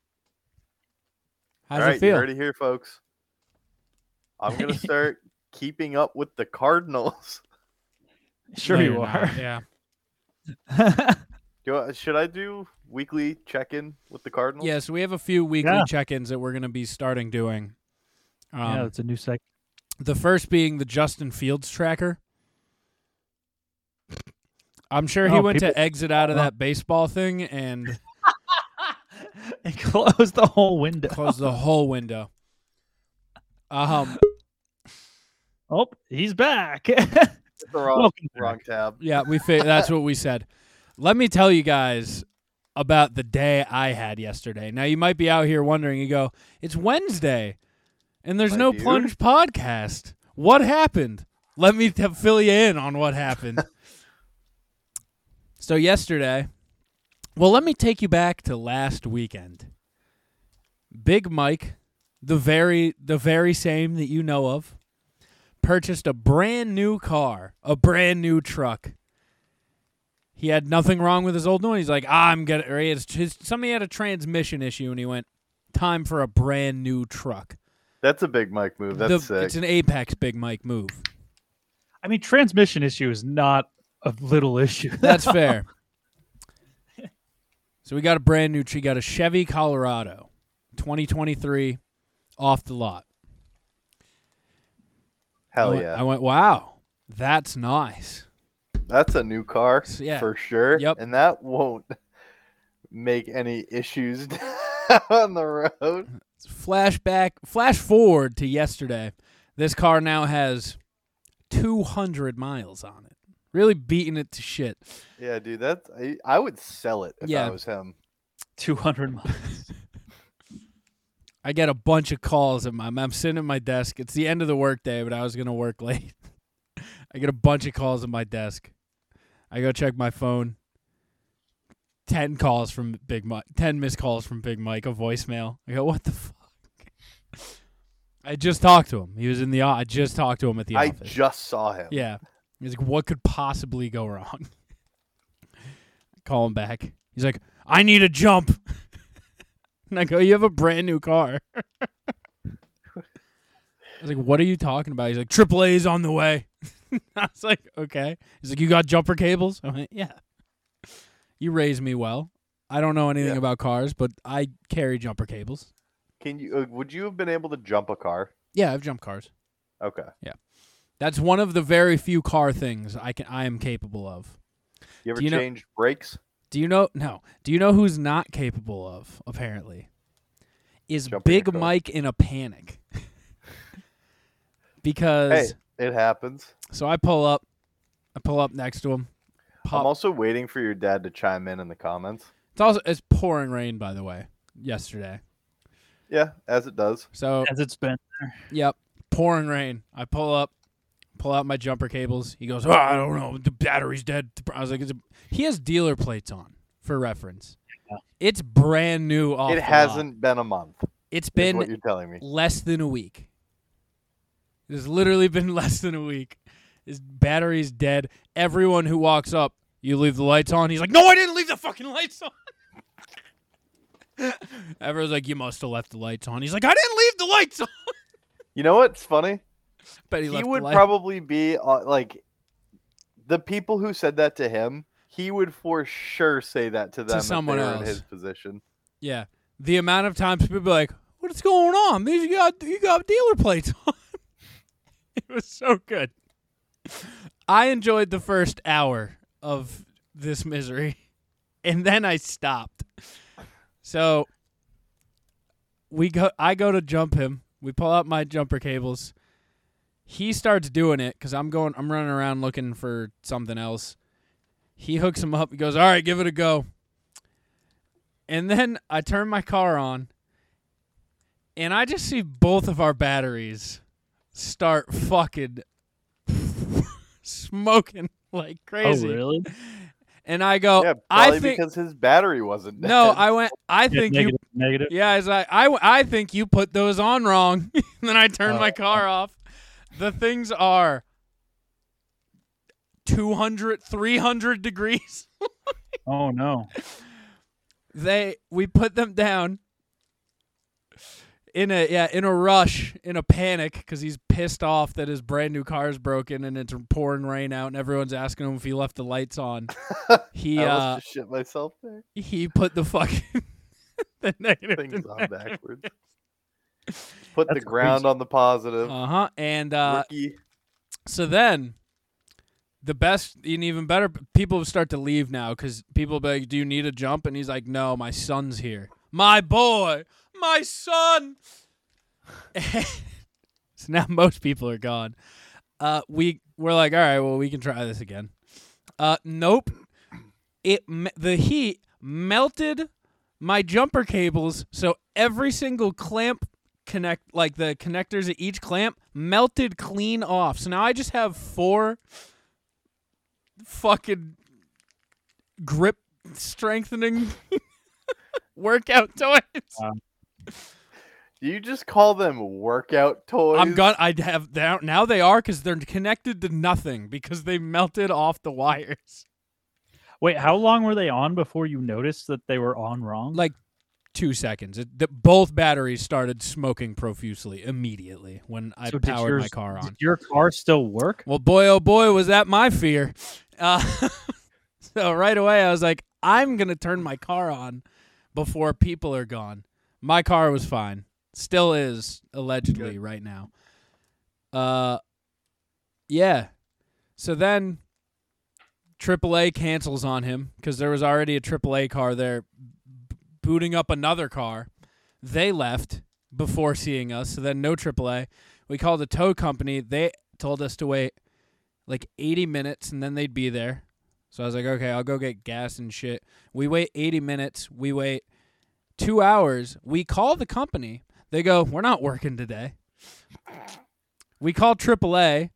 Speaker 5: How's
Speaker 4: All right,
Speaker 5: it feel?
Speaker 4: you heard it here, folks. I'm gonna start keeping up with the Cardinals.
Speaker 6: Sure
Speaker 5: No,
Speaker 6: you
Speaker 5: you're
Speaker 6: are.
Speaker 5: not. Yeah.
Speaker 4: Do I, should I do weekly check-in with the Cardinals?
Speaker 5: Yeah, so we have a few weekly
Speaker 6: Yeah.
Speaker 5: check-ins that we're going to be starting doing. Um,
Speaker 6: yeah, it's a new segment.
Speaker 5: The first being the Justin Fields tracker. I'm sure he
Speaker 6: No,
Speaker 5: went to
Speaker 6: Oh, people-
Speaker 5: exit out of that baseball thing and
Speaker 6: And close the whole window.
Speaker 5: closed the whole window. Um,
Speaker 6: Oh, he's back.
Speaker 4: the wrong,
Speaker 6: Welcome back.
Speaker 4: wrong tab.
Speaker 5: yeah, we fi- that's what we said. Let me tell you guys about the day I had yesterday. Now you might be out here wondering, you go, "It's Wednesday, and there's
Speaker 4: My
Speaker 5: no
Speaker 4: dude."
Speaker 5: plunge podcast. What happened?" Let me t- fill you in on what happened. so yesterday, well, let me take you back to last weekend. Big Mike, the very the very same that you know of, purchased a brand new car, a brand new truck. He had nothing wrong with his old one. He's like, I'm gonna. Or he has, his, somebody had a transmission issue, and he went, "Time for a brand new truck."
Speaker 4: That's a big Mike move.
Speaker 5: The-
Speaker 4: That's
Speaker 5: It's
Speaker 4: sick.
Speaker 5: an Apex Big Mike move.
Speaker 6: I mean, transmission issue is not a little issue.
Speaker 5: That's fair. so we got a brand new tree. Got a Chevy Colorado, 2023, off the lot. I
Speaker 4: Hell
Speaker 5: went-
Speaker 4: yeah.
Speaker 5: I went, wow, that's nice.
Speaker 4: That's a new car
Speaker 5: S- yeah.
Speaker 4: for sure.
Speaker 5: Yep.
Speaker 4: And that won't make any issues on the road.
Speaker 5: flashback flash forward to yesterday this car now has 200 miles on it really beating it to shit
Speaker 4: Yeah, dude. That's I, I would sell it if
Speaker 5: Yeah.
Speaker 4: I was him.
Speaker 6: 200 miles.
Speaker 5: i get a bunch of calls at my i'm sitting at my desk it's the end of the workday but i was gonna work late i get a bunch of calls at my desk i go check my phone 10 calls from big mike 10 missed calls from big mike a voicemail i go what the fuck i just talked to him he was in the o- i just talked to him at the
Speaker 4: I
Speaker 5: office
Speaker 4: just saw him.
Speaker 5: Yeah. He's like, what could possibly go wrong? Call him back. He's like, I need a jump. and I go, You have a brand new car. I was like, What are you talking about? He's like, AAA is on the way. I was like, Okay. He's like, You got jumper cables? I went, Yeah. You raised me well. I don't know anything
Speaker 4: Yeah.
Speaker 5: about cars, but I carry jumper cables.
Speaker 4: Can you? Uh, would you have been able to jump a car?
Speaker 5: Yeah, I've jumped cars.
Speaker 4: Okay.
Speaker 5: That's one of the very few car things I can I am capable of.
Speaker 4: You ever
Speaker 5: Do you know-
Speaker 4: changed brakes?
Speaker 5: Do you know? No. Do you know who's not capable of? Apparently, is
Speaker 4: Jumping in a
Speaker 5: Big
Speaker 4: car.
Speaker 5: Mike in a panic because
Speaker 4: It happens.
Speaker 5: so I pull up, I pull up next to him. Pop.
Speaker 4: I'm also waiting for your dad to chime in in the comments.
Speaker 5: it's also it's pouring rain by the way yesterday.
Speaker 4: Yeah, as it does.
Speaker 5: So
Speaker 6: As it's been.
Speaker 5: Yep. Pouring rain. I pull up, pull out my jumper cables. He goes, oh, I don't know. The battery's dead. I was like, it's a... he has dealer plates on for reference.
Speaker 6: Yeah.
Speaker 5: It's brand new. Off the
Speaker 4: it
Speaker 5: lot.
Speaker 4: hasn't been a month.
Speaker 5: It's
Speaker 4: Been
Speaker 5: been
Speaker 4: what you're telling me.
Speaker 5: less than a week. It has literally been less than a week. His battery's dead. Everyone who walks up, you leave the lights on. He's like, no, I didn't leave the fucking lights on. Everyone's like, you must have left the lights on. He's like, I didn't leave the lights on.
Speaker 4: You know what's funny?
Speaker 5: But he,
Speaker 4: he
Speaker 5: left
Speaker 4: would
Speaker 5: the light.
Speaker 4: probably be uh, like the people who said that to him. He would for sure say that to them if they
Speaker 5: someone
Speaker 4: were in
Speaker 5: else.
Speaker 4: his position.
Speaker 5: Yeah. The amount of times people be like, "What's going on? These you got you got dealer plates on." it was so good. I enjoyed the first hour of this misery, and then I stopped. So we go. I go to jump him. We pull out my jumper cables. He starts doing it because I'm going. I'm running around looking for something else. He hooks him up. He goes, "All right, give it a go." And then I turn my car on, and I just see both of our batteries start fucking smoking like crazy.
Speaker 6: Oh, really?
Speaker 5: And I go,
Speaker 4: yeah,
Speaker 5: I
Speaker 4: probably
Speaker 5: think
Speaker 4: because his battery wasn't. Dead.
Speaker 5: no. I went. I
Speaker 6: Yeah,
Speaker 5: think you
Speaker 6: negative, negative.
Speaker 5: yeah, I was like, I, w- I think you put those on wrong. and then I turned my car off. The things are 200, 300 degrees.
Speaker 6: Oh no.
Speaker 5: They we put them down in a yeah in a rush in a panic because he's pissed off that his brand new car is broken and it's pouring rain out and everyone's asking him if he left the lights on. He
Speaker 4: I
Speaker 5: uh,
Speaker 4: almost just shit myself there.
Speaker 5: he put the fucking the
Speaker 4: Things
Speaker 5: negative.
Speaker 4: on backwards. Put the
Speaker 6: That's
Speaker 4: ground on the positive.
Speaker 5: Uh huh. And uh,
Speaker 4: Rookie.
Speaker 5: So then, the best and even better people start to leave now because people be like, "Do you need a jump?" And he's like, "No, my son's here. My boy, my son." so now most people are gone. Uh, we we're like, "All right, well, we can try this again." Uh, nope. It me- the heat melted my jumper cables, so every single clamp connect like the connectors at each clamp melted clean off. So now I just have four fucking grip strengthening workout toys.
Speaker 4: Do you just call them workout toys?
Speaker 5: I'm gone. I have now. Now they are because they're connected to nothing because they melted off the wires.
Speaker 6: Wait, how long were they on before you noticed that they were on wrong?
Speaker 5: Like two seconds. It, the, both batteries started smoking profusely immediately when I
Speaker 6: So did
Speaker 5: powered my
Speaker 6: yours-
Speaker 5: car on.
Speaker 6: Did your car still work?
Speaker 5: Well, boy, oh boy, was that my fear. Uh, so right away, I was like, I'm going to turn my car on before people are gone. My car was fine. Still is, allegedly, right now. Uh, yeah. So then AAA cancels on him because there was already a AAA car there b- booting up another car. They left before seeing us, so then no AAA. We called a tow company. They told us to wait like 80 minutes and then they'd be there. So I was like, okay, I'll go get gas and shit. We wait 80 minutes. We wait two hours. We call the company. They go, we're not working today. We call AAA,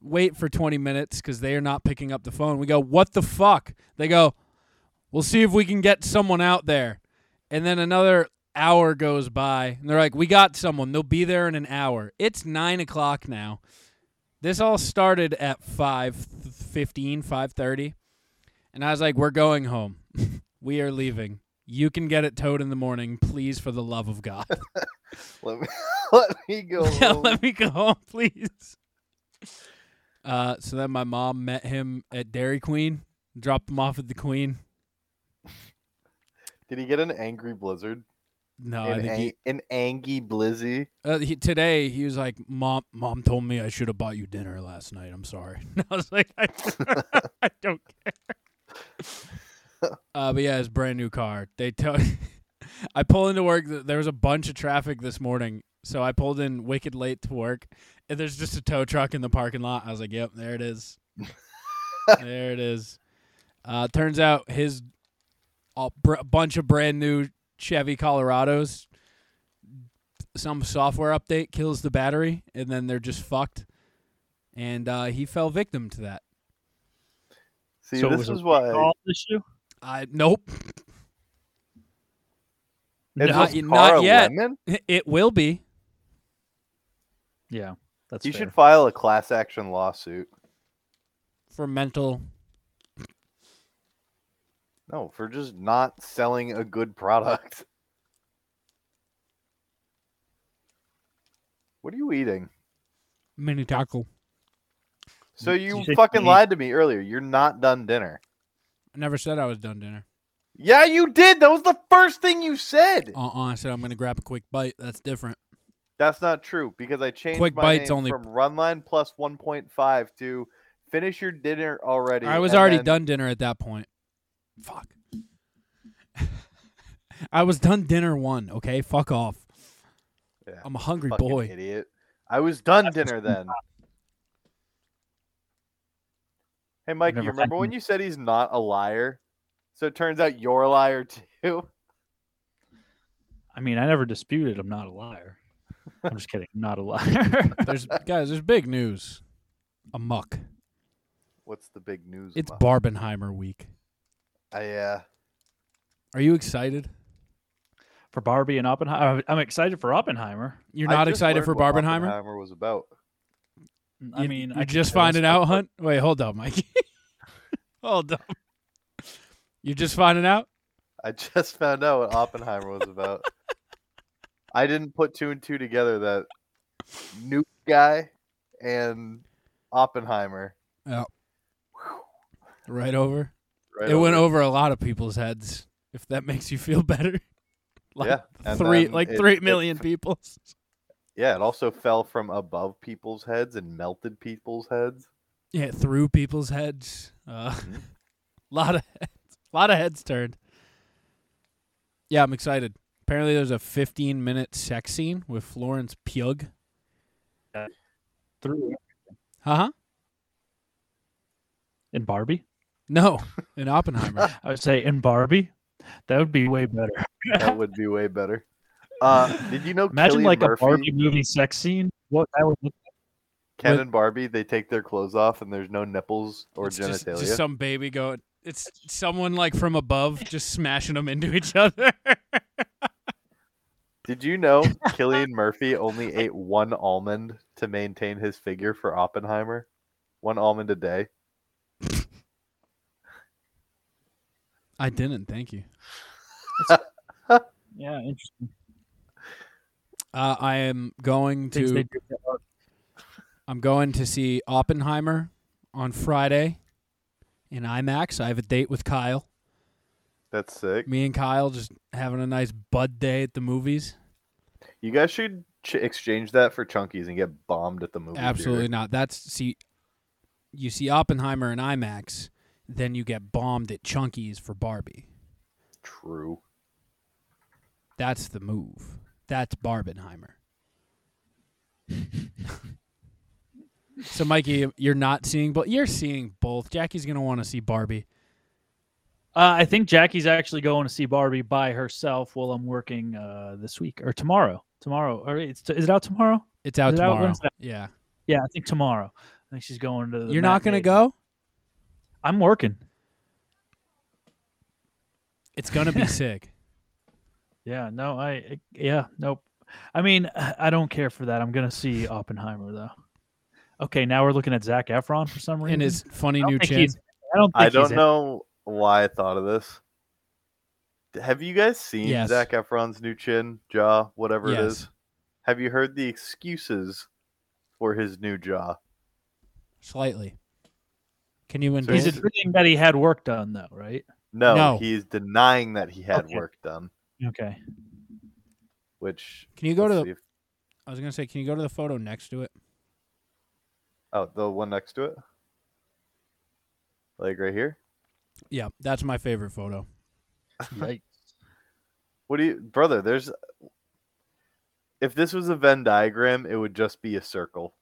Speaker 5: wait for 20 minutes because they are not picking up the phone. We go, what the fuck? They go, we'll see if we can get someone out there. And then another hour goes by and they're like, we got someone. They'll be there in an hour. It's nine o'clock now. This all started at 5.15, 5.30. And I was like, we're going home. we are leaving. You can get it towed in the morning, please, for the love of God.
Speaker 4: Let me, let me go.
Speaker 5: Yeah,
Speaker 4: home.
Speaker 5: let me go home, please. Uh, so then my mom met him at Dairy Queen, dropped him off at the Queen.
Speaker 4: Did he get an angry blizzard?
Speaker 5: No, I
Speaker 4: an,
Speaker 5: think he,
Speaker 4: ang- an angry blizzy?
Speaker 5: uh, he today he was like, "Mom, mom told me I should have bought you dinner last night. I'm sorry." And I was like, "I, I don't care." uh, but yeah, his brand new car. They took. I pull into work. th- There was a bunch of traffic this morning, so I pulled in wicked late to work. And there's just a tow truck in the parking lot. I was like, "Yep, there it is. there it is." Uh, turns out his a br- bunch of brand new Chevy Colorados some software update kills the battery and then they're just fucked. And uh, he fell victim to that.
Speaker 4: See,
Speaker 6: So it
Speaker 4: this
Speaker 6: was a
Speaker 4: is why
Speaker 6: All issue?
Speaker 5: I nope.
Speaker 4: is
Speaker 5: not-
Speaker 4: this
Speaker 5: not
Speaker 4: car a
Speaker 5: yet.
Speaker 4: lemon?
Speaker 5: It will be.
Speaker 6: Yeah, that's
Speaker 4: You
Speaker 6: fair.
Speaker 4: should file a class action lawsuit.
Speaker 5: For mental
Speaker 4: No, for just not selling a good product. What are you eating?
Speaker 5: Mini taco.
Speaker 4: So you
Speaker 6: Did you say
Speaker 4: fucking
Speaker 6: 28?
Speaker 4: lied to me earlier. You're not done dinner.
Speaker 5: I never said I was done dinner.
Speaker 4: Yeah, you did. That was the first thing you said.
Speaker 5: Uh uh I said I'm gonna grab a quick bite. That's different.
Speaker 4: That's not true because I changed
Speaker 5: Quick
Speaker 4: my
Speaker 5: bites
Speaker 4: name
Speaker 5: only.
Speaker 4: from Runline Plus 1.5 to finish your dinner already.
Speaker 5: I was
Speaker 4: and
Speaker 5: already
Speaker 4: then-
Speaker 5: done dinner at that point. Fuck. I was done dinner one. Okay, fuck off.
Speaker 4: Yeah,
Speaker 5: I'm a hungry
Speaker 4: fucking
Speaker 5: boy.
Speaker 4: idiot. I was done dinner then. Hey, Mike, you
Speaker 6: never
Speaker 4: remember
Speaker 6: had
Speaker 4: when you said he's not a liar? So it turns out you're a liar too.
Speaker 6: I mean, I never disputed I'm not a liar. I'm just kidding. I'm not a liar.
Speaker 5: There's guys. There's big news. A muck.
Speaker 4: What's the big news?
Speaker 5: It's
Speaker 4: about-
Speaker 5: Barbenheimer week.
Speaker 4: I, uh,
Speaker 5: Are you excited?
Speaker 6: for Barbie and Oppenheimer, I'm excited for Oppenheimer.
Speaker 5: You're
Speaker 4: I
Speaker 5: not
Speaker 4: just
Speaker 5: excited
Speaker 4: learned
Speaker 5: for
Speaker 4: what
Speaker 5: Barbenheimer?
Speaker 4: Oppenheimer was about.
Speaker 6: I
Speaker 5: You-
Speaker 6: mean,
Speaker 5: you
Speaker 6: I can
Speaker 5: just
Speaker 6: tell
Speaker 5: find
Speaker 6: us
Speaker 5: it
Speaker 6: what
Speaker 5: out,
Speaker 6: the-
Speaker 5: Hunt. Wait, hold up, Mike. hold up. You're just finding out.
Speaker 4: I just found out what Oppenheimer was about. I didn't put two and two together that Nuke guy and Oppenheimer.
Speaker 5: Right over.
Speaker 4: Right
Speaker 5: it went over a lot of people's heads. If that makes you feel better. like
Speaker 4: and
Speaker 5: three,
Speaker 4: then
Speaker 5: like
Speaker 4: it-
Speaker 5: three
Speaker 4: it
Speaker 5: million
Speaker 4: f-
Speaker 5: people.
Speaker 4: yeah, it also fell from above people's heads and melted people's heads.
Speaker 5: Yeah, it threw people's heads. Uh,
Speaker 4: Mm-hmm.
Speaker 5: lot of heads, lot of heads turned. Yeah, I'm excited. Apparently, there's a 15 minute sex scene with Florence Pugh.
Speaker 6: through
Speaker 5: Huh?
Speaker 6: in Barbie.
Speaker 5: No, in Oppenheimer.
Speaker 6: I would say in Barbie, that would be way better.
Speaker 4: That would be way better. Uh, did you know
Speaker 6: Imagine
Speaker 4: Cillian
Speaker 6: like
Speaker 4: Murphy,
Speaker 6: a Barbie movie sex scene. What that would look
Speaker 4: Ken
Speaker 5: with-
Speaker 4: and Barbie, they take their clothes off and there's no nipples or
Speaker 5: It's just,
Speaker 4: genitalia.
Speaker 5: just some baby going. It's someone like from above just smashing them into each other.
Speaker 4: Did you know Killian Murphy only ate one almond to maintain his figure for Oppenheimer? One almond a day.
Speaker 5: I didn't. Thank you.
Speaker 6: yeah, interesting.
Speaker 5: Uh, I am going
Speaker 6: Things
Speaker 5: to
Speaker 6: they do that are-
Speaker 5: I'm going to see Oppenheimer on Friday in IMAX. I have a date with Kyle.
Speaker 4: That's sick.
Speaker 5: Me and Kyle just having a nice bud day at the movies.
Speaker 4: You guys should ch- exchange that for Chunkies and get bombed at the movie. theater.
Speaker 5: Absolutely not. That's see you see Oppenheimer in IMAX, then you get bombed at Chunkies for Barbie.
Speaker 4: True.
Speaker 5: That's the move. That's Barbenheimer. so Mikey, you're not seeing both. You're seeing both. Jackie's going to want to see Barbie.
Speaker 6: Uh, I think Jackie's actually going to see Barbie by herself while I'm working uh, this week or tomorrow. Tomorrow, or it's t- is it out tomorrow?
Speaker 5: It's out
Speaker 6: Is it out?
Speaker 5: tomorrow.
Speaker 6: When's that?
Speaker 5: Yeah.
Speaker 6: Yeah, I think tomorrow. I think she's going to. The
Speaker 5: You're not going to
Speaker 6: matinee.
Speaker 5: go?
Speaker 6: I'm working.
Speaker 5: It's gonna be sick.
Speaker 6: Yeah, no, I, I- yeah, nope. I mean, I don't care for that. I'm gonna see Oppenheimer though. Okay, now we're looking at Zach Efron for some reason.
Speaker 5: And his funny
Speaker 6: I don't
Speaker 5: new
Speaker 6: think
Speaker 5: chin.
Speaker 6: he's- I don't. Think
Speaker 4: I don't
Speaker 6: he's-
Speaker 4: know why I thought of this. Have you guys seen
Speaker 5: Yes.
Speaker 4: Zach Efron's new chin, jaw, whatever it
Speaker 5: Yes.
Speaker 4: is? Have you heard the excuses for his new jaw?
Speaker 5: Slightly. Can you
Speaker 4: So
Speaker 5: indulge?
Speaker 6: He's
Speaker 4: he's-
Speaker 6: admitting that he had work done though, right?
Speaker 4: No,
Speaker 5: No.
Speaker 4: he's denying that he had
Speaker 6: Okay.
Speaker 4: work done,
Speaker 6: Okay.
Speaker 4: which
Speaker 5: Can you go to
Speaker 4: let's
Speaker 5: the?
Speaker 4: see if-
Speaker 5: I was gonna say, can you go to the photo next to it?
Speaker 4: Oh, the one next to it? Like right here?
Speaker 5: Yeah, that's my favorite photo.
Speaker 6: Yikes.
Speaker 4: What do you brother, there's if this was a Venn diagram, it would just be a circle.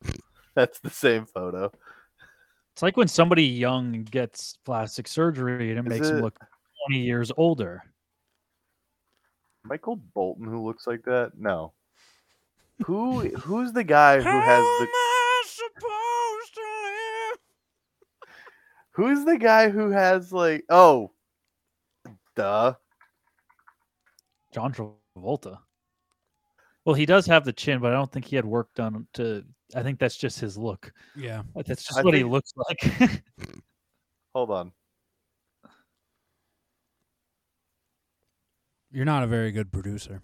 Speaker 4: That's the same photo.
Speaker 6: It's like when somebody young gets plastic surgery and it
Speaker 4: Is
Speaker 6: makes them
Speaker 4: it-
Speaker 6: look 20 years older.
Speaker 4: Michael Bolton who looks like that? No. Who who's the guy who has the Who's the guy who has like oh duh.
Speaker 6: John Travolta. Well, he does have the chin, but I don't think he had work done to. I think that's just his look.
Speaker 5: Yeah,
Speaker 6: That's just
Speaker 4: I
Speaker 6: what he
Speaker 4: think-
Speaker 6: looks like.
Speaker 4: Hold on.
Speaker 5: you're not a very good producer.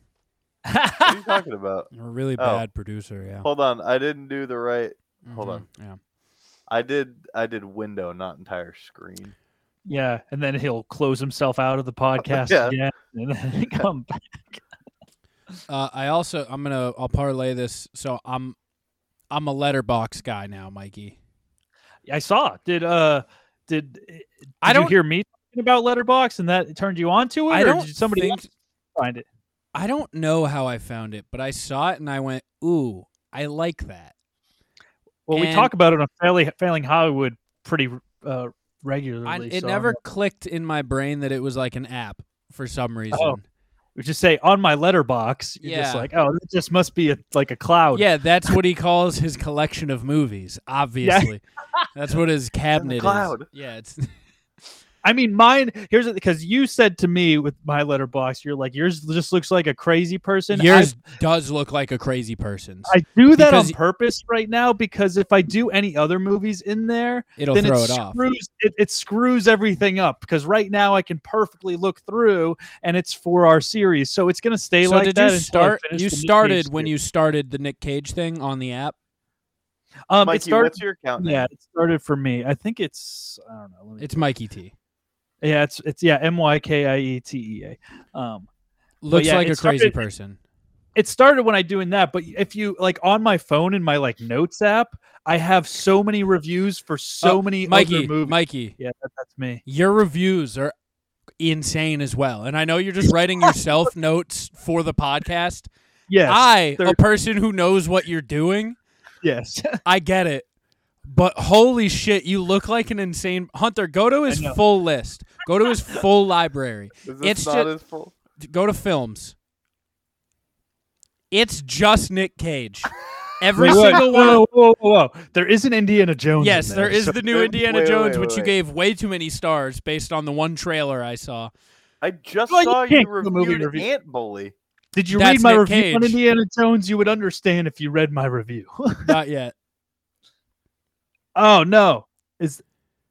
Speaker 4: What are you talking about?
Speaker 5: You're a really
Speaker 4: Oh.
Speaker 5: bad producer, yeah.
Speaker 4: Hold on, I didn't do the right. hold
Speaker 5: Mhm,
Speaker 4: on.
Speaker 5: Yeah.
Speaker 4: I did. I did window, not entire screen.
Speaker 6: Yeah, and then he'll close himself out of the podcast
Speaker 4: Yeah.
Speaker 6: again, and then come back.
Speaker 5: Uh, I also I'm gonna I'll parlay this. So I'm I'm a letterbox guy now, Mikey.
Speaker 6: I saw. Did uh, did, did
Speaker 5: I
Speaker 6: you
Speaker 5: don't
Speaker 6: hear me talking about Letterbox, and that turned you on to it?
Speaker 5: I
Speaker 6: or
Speaker 5: don't
Speaker 6: did somebody
Speaker 5: think-
Speaker 6: else find it.
Speaker 5: I don't know how I found it, but I saw it and I went, ooh, I like that.
Speaker 6: Well, we
Speaker 5: and-
Speaker 6: talk about it on failing, failing Hollywood pretty uh, regularly.
Speaker 5: I, it
Speaker 6: so I'm
Speaker 5: never
Speaker 6: like-
Speaker 5: clicked in my brain that it was like an app for some reason.
Speaker 4: Oh.
Speaker 6: we just say on my Letterbox. You're just
Speaker 5: Yeah.
Speaker 6: like, oh, this just must be a, like a cloud.
Speaker 5: Yeah, that's what he calls his collection of movies. Obviously, that's what his cabinet
Speaker 4: cloud.
Speaker 5: is. Yeah, it's
Speaker 6: I mean, mine. Here's because you said to me with my Letterbox, you're like, yours just looks like a crazy person. I-
Speaker 5: yours does look like a crazy person's.
Speaker 6: I do that on
Speaker 5: Because-
Speaker 6: purpose right now because if I do any other movies in there,
Speaker 5: It'll
Speaker 6: then
Speaker 5: throw
Speaker 6: it
Speaker 5: it off.
Speaker 6: screws it, it screws everything up because right now I can perfectly look through and it's for our series, so it's gonna stay
Speaker 5: so
Speaker 6: like
Speaker 5: did
Speaker 6: that.
Speaker 5: you
Speaker 6: until I
Speaker 5: start?
Speaker 6: finish
Speaker 5: You
Speaker 6: the Nick Cage
Speaker 5: started when
Speaker 6: series.
Speaker 5: you started the Nick Cage thing on the app.
Speaker 6: um
Speaker 4: Mikey,
Speaker 6: it started.
Speaker 4: what's your account? name?
Speaker 6: Yeah, it started for me. I think it's I don't know. Let me,
Speaker 5: It's Mikey T.
Speaker 6: yeah, it's it's yeah M Y K I E T E A. Um,
Speaker 5: Looks
Speaker 6: yeah,
Speaker 5: like
Speaker 6: it
Speaker 5: a crazy
Speaker 6: started-
Speaker 5: person.
Speaker 6: it started when I doing that, but if you like on my phone in my like notes app, I have so many reviews for so
Speaker 5: Oh,
Speaker 6: many other
Speaker 5: Mikey,
Speaker 6: movies.
Speaker 5: Mikey,
Speaker 6: yeah, that, that's me.
Speaker 5: your reviews are insane as well. And I know you're just writing yourself notes for the podcast.
Speaker 6: Yes.
Speaker 5: I,
Speaker 6: they're-
Speaker 5: a person who knows what you're doing,
Speaker 6: yes.
Speaker 5: I get it. But holy shit, you look like an insane Hunter. Go to his
Speaker 6: I know.
Speaker 5: full list. Go to his full library.
Speaker 4: Is this
Speaker 5: It's
Speaker 4: not
Speaker 5: ju-
Speaker 4: his fault?
Speaker 5: Go to films. It's just Nick Cage. Every single one.
Speaker 6: Whoa, whoa, whoa, whoa. There is an Indiana Jones.
Speaker 5: Yes,
Speaker 6: in
Speaker 5: there is
Speaker 6: so-
Speaker 5: the new
Speaker 4: Wait,
Speaker 5: Indiana
Speaker 4: wait,
Speaker 5: Jones,
Speaker 4: wait,
Speaker 5: which you
Speaker 4: wait.
Speaker 5: gave way too many stars based on the one trailer I saw.
Speaker 4: I just
Speaker 6: Well, you
Speaker 4: saw you
Speaker 6: can't do a movie
Speaker 4: reviewed
Speaker 6: review.
Speaker 4: Ant Bully.
Speaker 6: Did you
Speaker 5: That's
Speaker 6: read my
Speaker 5: Nick
Speaker 6: review on
Speaker 5: Cage.
Speaker 6: Indiana Jones? You would understand if you read my review.
Speaker 5: Not yet.
Speaker 6: oh no, is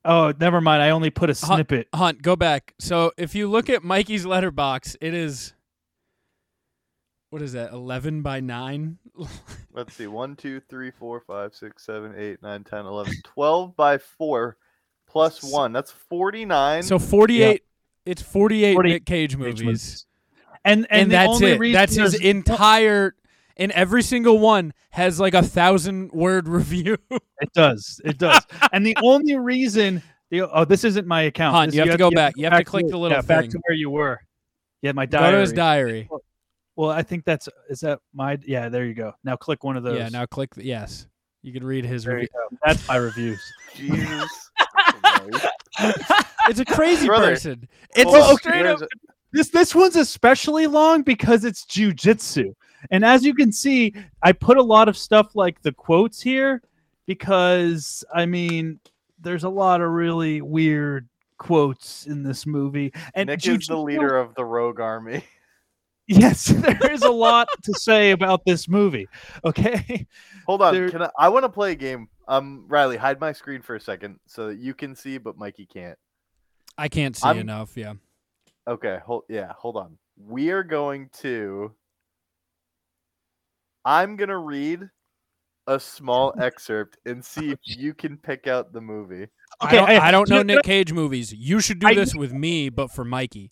Speaker 6: oh never mind. I only put a
Speaker 5: Huh.
Speaker 6: snippet.
Speaker 5: Hunt, go back. So if you look at Mikey's letterbox, it is what is that? Eleven by nine.
Speaker 4: Let's see. 1, 2, 3, 4, 5, 6, 7, 8, 9, 10, 11, 12 by 4 plus 1. That's 49.
Speaker 5: So forty-eight. It's forty-eight
Speaker 6: 48
Speaker 5: Nick Cage movies,
Speaker 6: And and,
Speaker 5: and,
Speaker 6: the
Speaker 5: that's
Speaker 6: only
Speaker 5: it.
Speaker 6: Reason
Speaker 5: That's his
Speaker 6: there's-
Speaker 5: entire. And every single one has like a thousand word review.
Speaker 6: It does. It does. and the only reason. The, oh, this isn't my account.
Speaker 5: Hunt,
Speaker 6: This-
Speaker 5: you have to go back. You have to click
Speaker 6: it.
Speaker 5: the little
Speaker 6: yeah, Back
Speaker 5: thing.
Speaker 6: to where you were. Yeah, my
Speaker 5: Go to his
Speaker 6: diary.
Speaker 5: diary.
Speaker 6: well, I think that's is that my yeah. There you go. Now click one of those.
Speaker 5: Yeah. Now click. The, yes. You can read his
Speaker 6: There you
Speaker 5: review.
Speaker 6: go. That's my reviews.
Speaker 4: Jesus.
Speaker 5: It's a crazy
Speaker 4: Brother,
Speaker 5: person. It's
Speaker 6: Well,
Speaker 5: a
Speaker 6: okay,
Speaker 5: straight up.
Speaker 4: there's-
Speaker 6: This this one's especially long because it's jujitsu. And as you can see, I put a lot of stuff like the quotes here because I mean there's a lot of really weird quotes in this movie. And
Speaker 4: Nick is the
Speaker 6: jujitsu-
Speaker 4: leader of the rogue army.
Speaker 6: Yes, there is a lot to say about this movie. Okay.
Speaker 4: Hold on.
Speaker 6: There-
Speaker 4: Can I, I want to play a game. Um, Riley, hide my screen for a second so that you can see, but Mikey can't.
Speaker 5: I can't see
Speaker 4: I'm-
Speaker 5: enough. Yeah.
Speaker 4: Okay, hold yeah, hold on. We are going to I'm going to read a small excerpt and see if you can pick out the movie.
Speaker 6: Okay,
Speaker 5: I, don't,
Speaker 6: I-
Speaker 5: I don't know
Speaker 6: you-
Speaker 5: Nick Cage movies. You should do
Speaker 6: I-
Speaker 5: this with me, but for Mikey.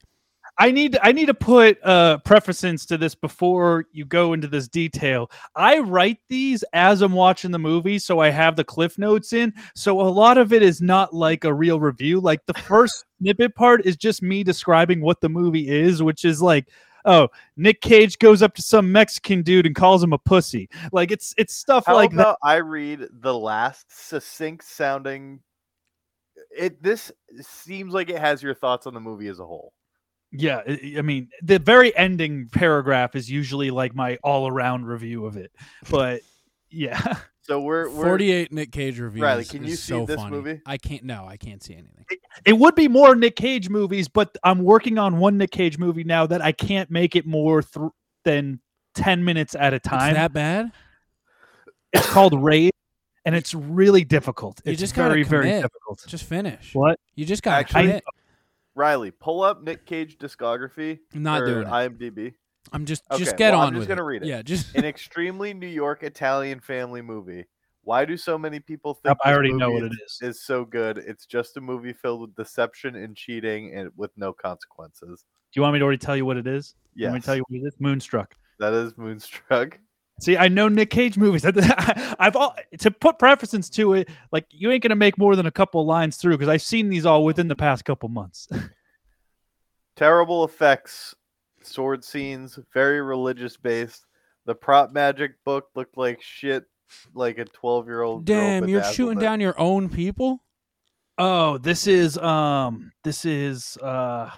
Speaker 6: I need I need to put uh preferences to this before you go into this detail. I write these as I'm watching the movie, so I have the cliff notes in. So a lot of it is not like a real review. Like the first snippet part is just me describing what the movie is, which is like, oh, Nick Cage goes up to some Mexican dude and calls him a pussy. Like it's it's stuff
Speaker 4: How
Speaker 6: like that.
Speaker 4: about I read the last succinct sounding it this seems like it has your thoughts on the movie as a whole.
Speaker 6: Yeah, I- I mean the very ending paragraph is usually like my all around review of it, but yeah.
Speaker 4: So we're we're
Speaker 5: 48 Nick Cage reviews.
Speaker 4: Riley, can you
Speaker 5: is
Speaker 4: see
Speaker 5: so
Speaker 4: this
Speaker 5: funny.
Speaker 4: movie?
Speaker 5: I can't. No, I can't see anything.
Speaker 6: it would be more Nick Cage movies, but I'm working on one Nick Cage movie now that I can't make it more thr than 10 minutes at a time.
Speaker 5: It's that bad?
Speaker 6: It's called Raid, and it's really difficult.
Speaker 5: You
Speaker 6: it's
Speaker 5: just gotta
Speaker 6: very, very
Speaker 5: commit.
Speaker 6: difficult.
Speaker 5: Just finish.
Speaker 6: What?
Speaker 5: You just got
Speaker 4: Actually-
Speaker 5: to
Speaker 6: I-
Speaker 5: it.
Speaker 4: Riley, pull up Nick Cage discography
Speaker 5: I'm not
Speaker 4: or
Speaker 5: doing it.
Speaker 4: IMDb.
Speaker 5: I'm just just
Speaker 4: Okay,
Speaker 5: get
Speaker 4: well, I'm
Speaker 5: on
Speaker 4: just
Speaker 5: with
Speaker 4: gonna
Speaker 5: it.
Speaker 4: read it.
Speaker 5: Yeah, just
Speaker 4: An extremely New York Italian family movie. Why do so many people think
Speaker 6: Yep, I
Speaker 4: this
Speaker 6: already know
Speaker 4: movie
Speaker 6: what it is.
Speaker 4: is so good? It's just a movie filled with deception and cheating and with no consequences.
Speaker 6: Do you want me to already tell you what it is?
Speaker 4: Yes,
Speaker 6: Let me to tell you what it is. Moonstruck.
Speaker 4: that is Moonstruck.
Speaker 6: See, I know Nick Cage movies. I've all, to put preferences to it. Like you ain't gonna make more than a couple lines through because I've seen these all within the past couple months.
Speaker 4: Terrible effects, sword scenes, very religious based. The prop magic book looked like shit, like a twelve-year-old. girl
Speaker 5: damn, you're
Speaker 4: bedazzled
Speaker 5: shooting
Speaker 4: it.
Speaker 5: down your own people.
Speaker 6: Oh, this is um, this is uh,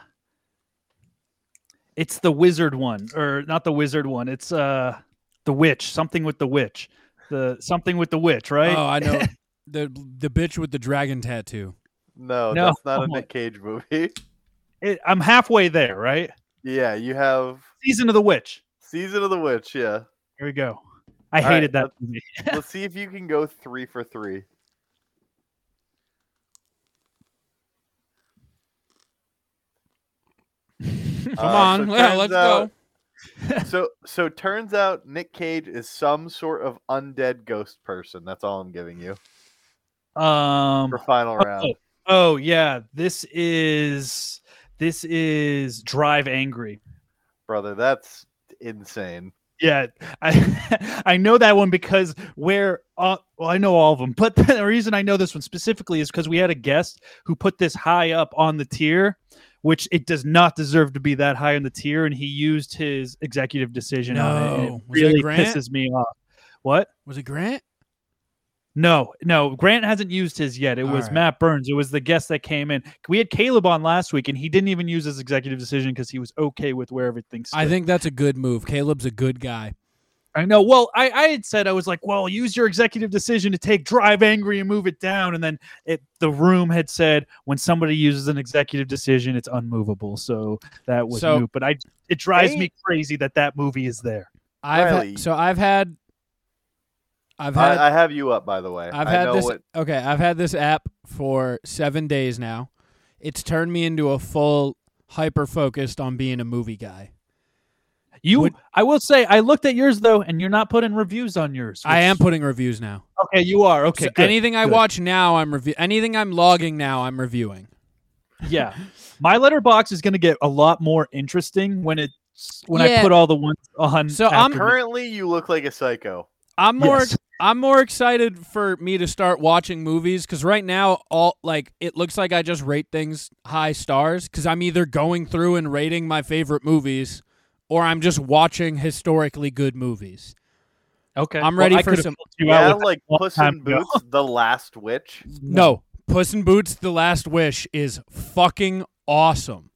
Speaker 6: it's the wizard one or not the wizard one. It's uh, the witch. Something with the witch. The something with the witch, right?
Speaker 5: Oh, I know the the bitch with the dragon tattoo.
Speaker 4: No,
Speaker 6: No.
Speaker 4: that's not a Nick Cage movie.
Speaker 6: It- I'm halfway there, right?
Speaker 4: yeah, you have
Speaker 6: Season of the Witch.
Speaker 4: Season of the Witch. Yeah,
Speaker 6: Here we go. I
Speaker 4: All right,
Speaker 6: hated that
Speaker 4: let's-
Speaker 6: movie.
Speaker 4: let's see if you can go three for three.
Speaker 5: Come on,
Speaker 4: Uh, so
Speaker 5: yeah,
Speaker 4: turns
Speaker 5: let's
Speaker 4: out- so so turns out Nick Cage is some sort of undead ghost person. That's all I'm giving you
Speaker 6: Um,
Speaker 4: for final round.
Speaker 6: okay. Oh yeah, this is this is Drive Angry.
Speaker 4: Brother, that's insane.
Speaker 6: Yeah, I I know that one because where uh, well I know all of them, but the reason I know this one specifically is because we had a guest who put this high up on the tier, which it does not deserve to be that high on the tier, and he used his executive decision on it. and
Speaker 5: No.
Speaker 6: it
Speaker 5: Was that
Speaker 6: really
Speaker 5: Grant?
Speaker 6: pisses me off. What?
Speaker 5: Was it Grant?
Speaker 6: No, no, Grant hasn't used his yet. It
Speaker 5: All
Speaker 6: was
Speaker 5: right.
Speaker 6: Matt Burns. It was the guest that came in. We had Caleb on last week, and he didn't even use his executive decision because he was okay with where everything stood.
Speaker 5: I think that's a good move. Caleb's a good guy.
Speaker 6: I know. Well, I, I had said I was like, well, use your executive decision to take drive angry and move it down, and then it, the room had said when somebody uses an executive decision, it's unmovable. So that was
Speaker 5: So-
Speaker 6: new. But I, it drives
Speaker 4: They-
Speaker 6: me crazy that that movie is there.
Speaker 5: I've ha-
Speaker 4: Riley.
Speaker 5: so I've had I've had
Speaker 4: I, I have you up by the way.
Speaker 5: I've
Speaker 4: I
Speaker 5: had
Speaker 4: know
Speaker 5: this
Speaker 4: what
Speaker 5: okay. I've had this app for seven days now. It's turned me into a full hyper focused on being a movie guy.
Speaker 6: You,
Speaker 5: Would-
Speaker 6: I will say, I looked at yours though, and you're not putting reviews on yours.
Speaker 5: I
Speaker 6: which-
Speaker 5: am putting reviews now.
Speaker 6: Okay, you are. Okay,
Speaker 5: So
Speaker 6: good.
Speaker 5: anything I
Speaker 6: good.
Speaker 5: watch now, I'm review. Anything I'm logging now, I'm reviewing.
Speaker 6: yeah my letterbox is going to get a lot more interesting when it when
Speaker 5: Yeah.
Speaker 6: i put all the ones on
Speaker 5: So I'm-
Speaker 6: after-
Speaker 4: currently you look like a psycho.
Speaker 5: I'm more
Speaker 6: Yes.
Speaker 5: I'm more excited for me to start watching movies because right now all like it looks like I just rate things high stars because I'm either going through and rating my favorite movies or I'm just watching historically good movies.
Speaker 6: okay
Speaker 5: I'm ready
Speaker 6: I
Speaker 5: for
Speaker 6: could've
Speaker 5: some-
Speaker 6: helped you out
Speaker 4: yeah,
Speaker 6: with that
Speaker 4: like
Speaker 6: a long
Speaker 4: Puss
Speaker 6: time
Speaker 4: in
Speaker 6: ago.
Speaker 4: Boots, The Last Witch.
Speaker 5: No, Puss in Boots: The Last Wish is fucking awesome.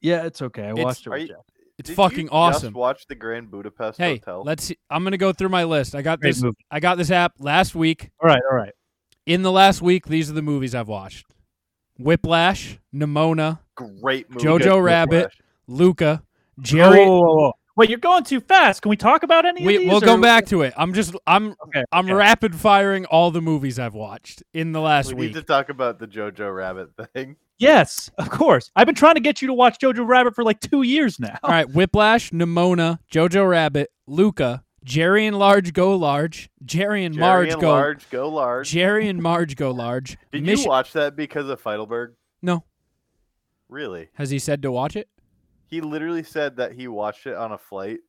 Speaker 6: yeah it's okay i
Speaker 5: It's-
Speaker 6: watched
Speaker 4: Are
Speaker 6: it with
Speaker 4: you-
Speaker 6: Jeff.
Speaker 5: It's
Speaker 4: Did
Speaker 5: fucking
Speaker 4: you
Speaker 5: awesome.
Speaker 4: Just watch the Grand Budapest
Speaker 5: Hey,
Speaker 4: Hotel.
Speaker 5: let's see. I'm gonna go through my list. I got
Speaker 6: Great
Speaker 5: this.
Speaker 6: movie.
Speaker 5: I got this app last week.
Speaker 6: all right all right
Speaker 5: In the last week, these are the movies I've watched: Whiplash, Nimona,
Speaker 4: Great movie.
Speaker 5: Jojo
Speaker 4: Good
Speaker 5: Rabbit,
Speaker 4: flash.
Speaker 5: Luca,
Speaker 6: whoa,
Speaker 5: Jerry.
Speaker 6: whoa, whoa, whoa. wait you're going too fast can we talk about any of
Speaker 5: we,
Speaker 6: these
Speaker 5: we'll go
Speaker 6: or-
Speaker 5: back to it. I'm just I'm
Speaker 6: okay
Speaker 5: I'm
Speaker 6: okay.
Speaker 5: rapid firing all the movies I've watched in the last
Speaker 4: We
Speaker 5: week.
Speaker 4: need to talk about the Jojo Rabbit thing.
Speaker 6: yes of course i've been trying to get you to watch jojo rabbit for like two years now
Speaker 5: All right, Whiplash, Nimona, Jojo Rabbit, Luca, Jerry and Large Go Large, Jerry and
Speaker 4: Jerry
Speaker 5: Marge
Speaker 4: and
Speaker 5: Go
Speaker 4: large, go large.
Speaker 5: Jerry and Marge Go Large.
Speaker 4: Did
Speaker 5: Mission-
Speaker 4: you watch that because of Feidelberg?
Speaker 5: No.
Speaker 4: Really?
Speaker 5: Has he said to watch it?
Speaker 4: He literally said that he watched it on a flight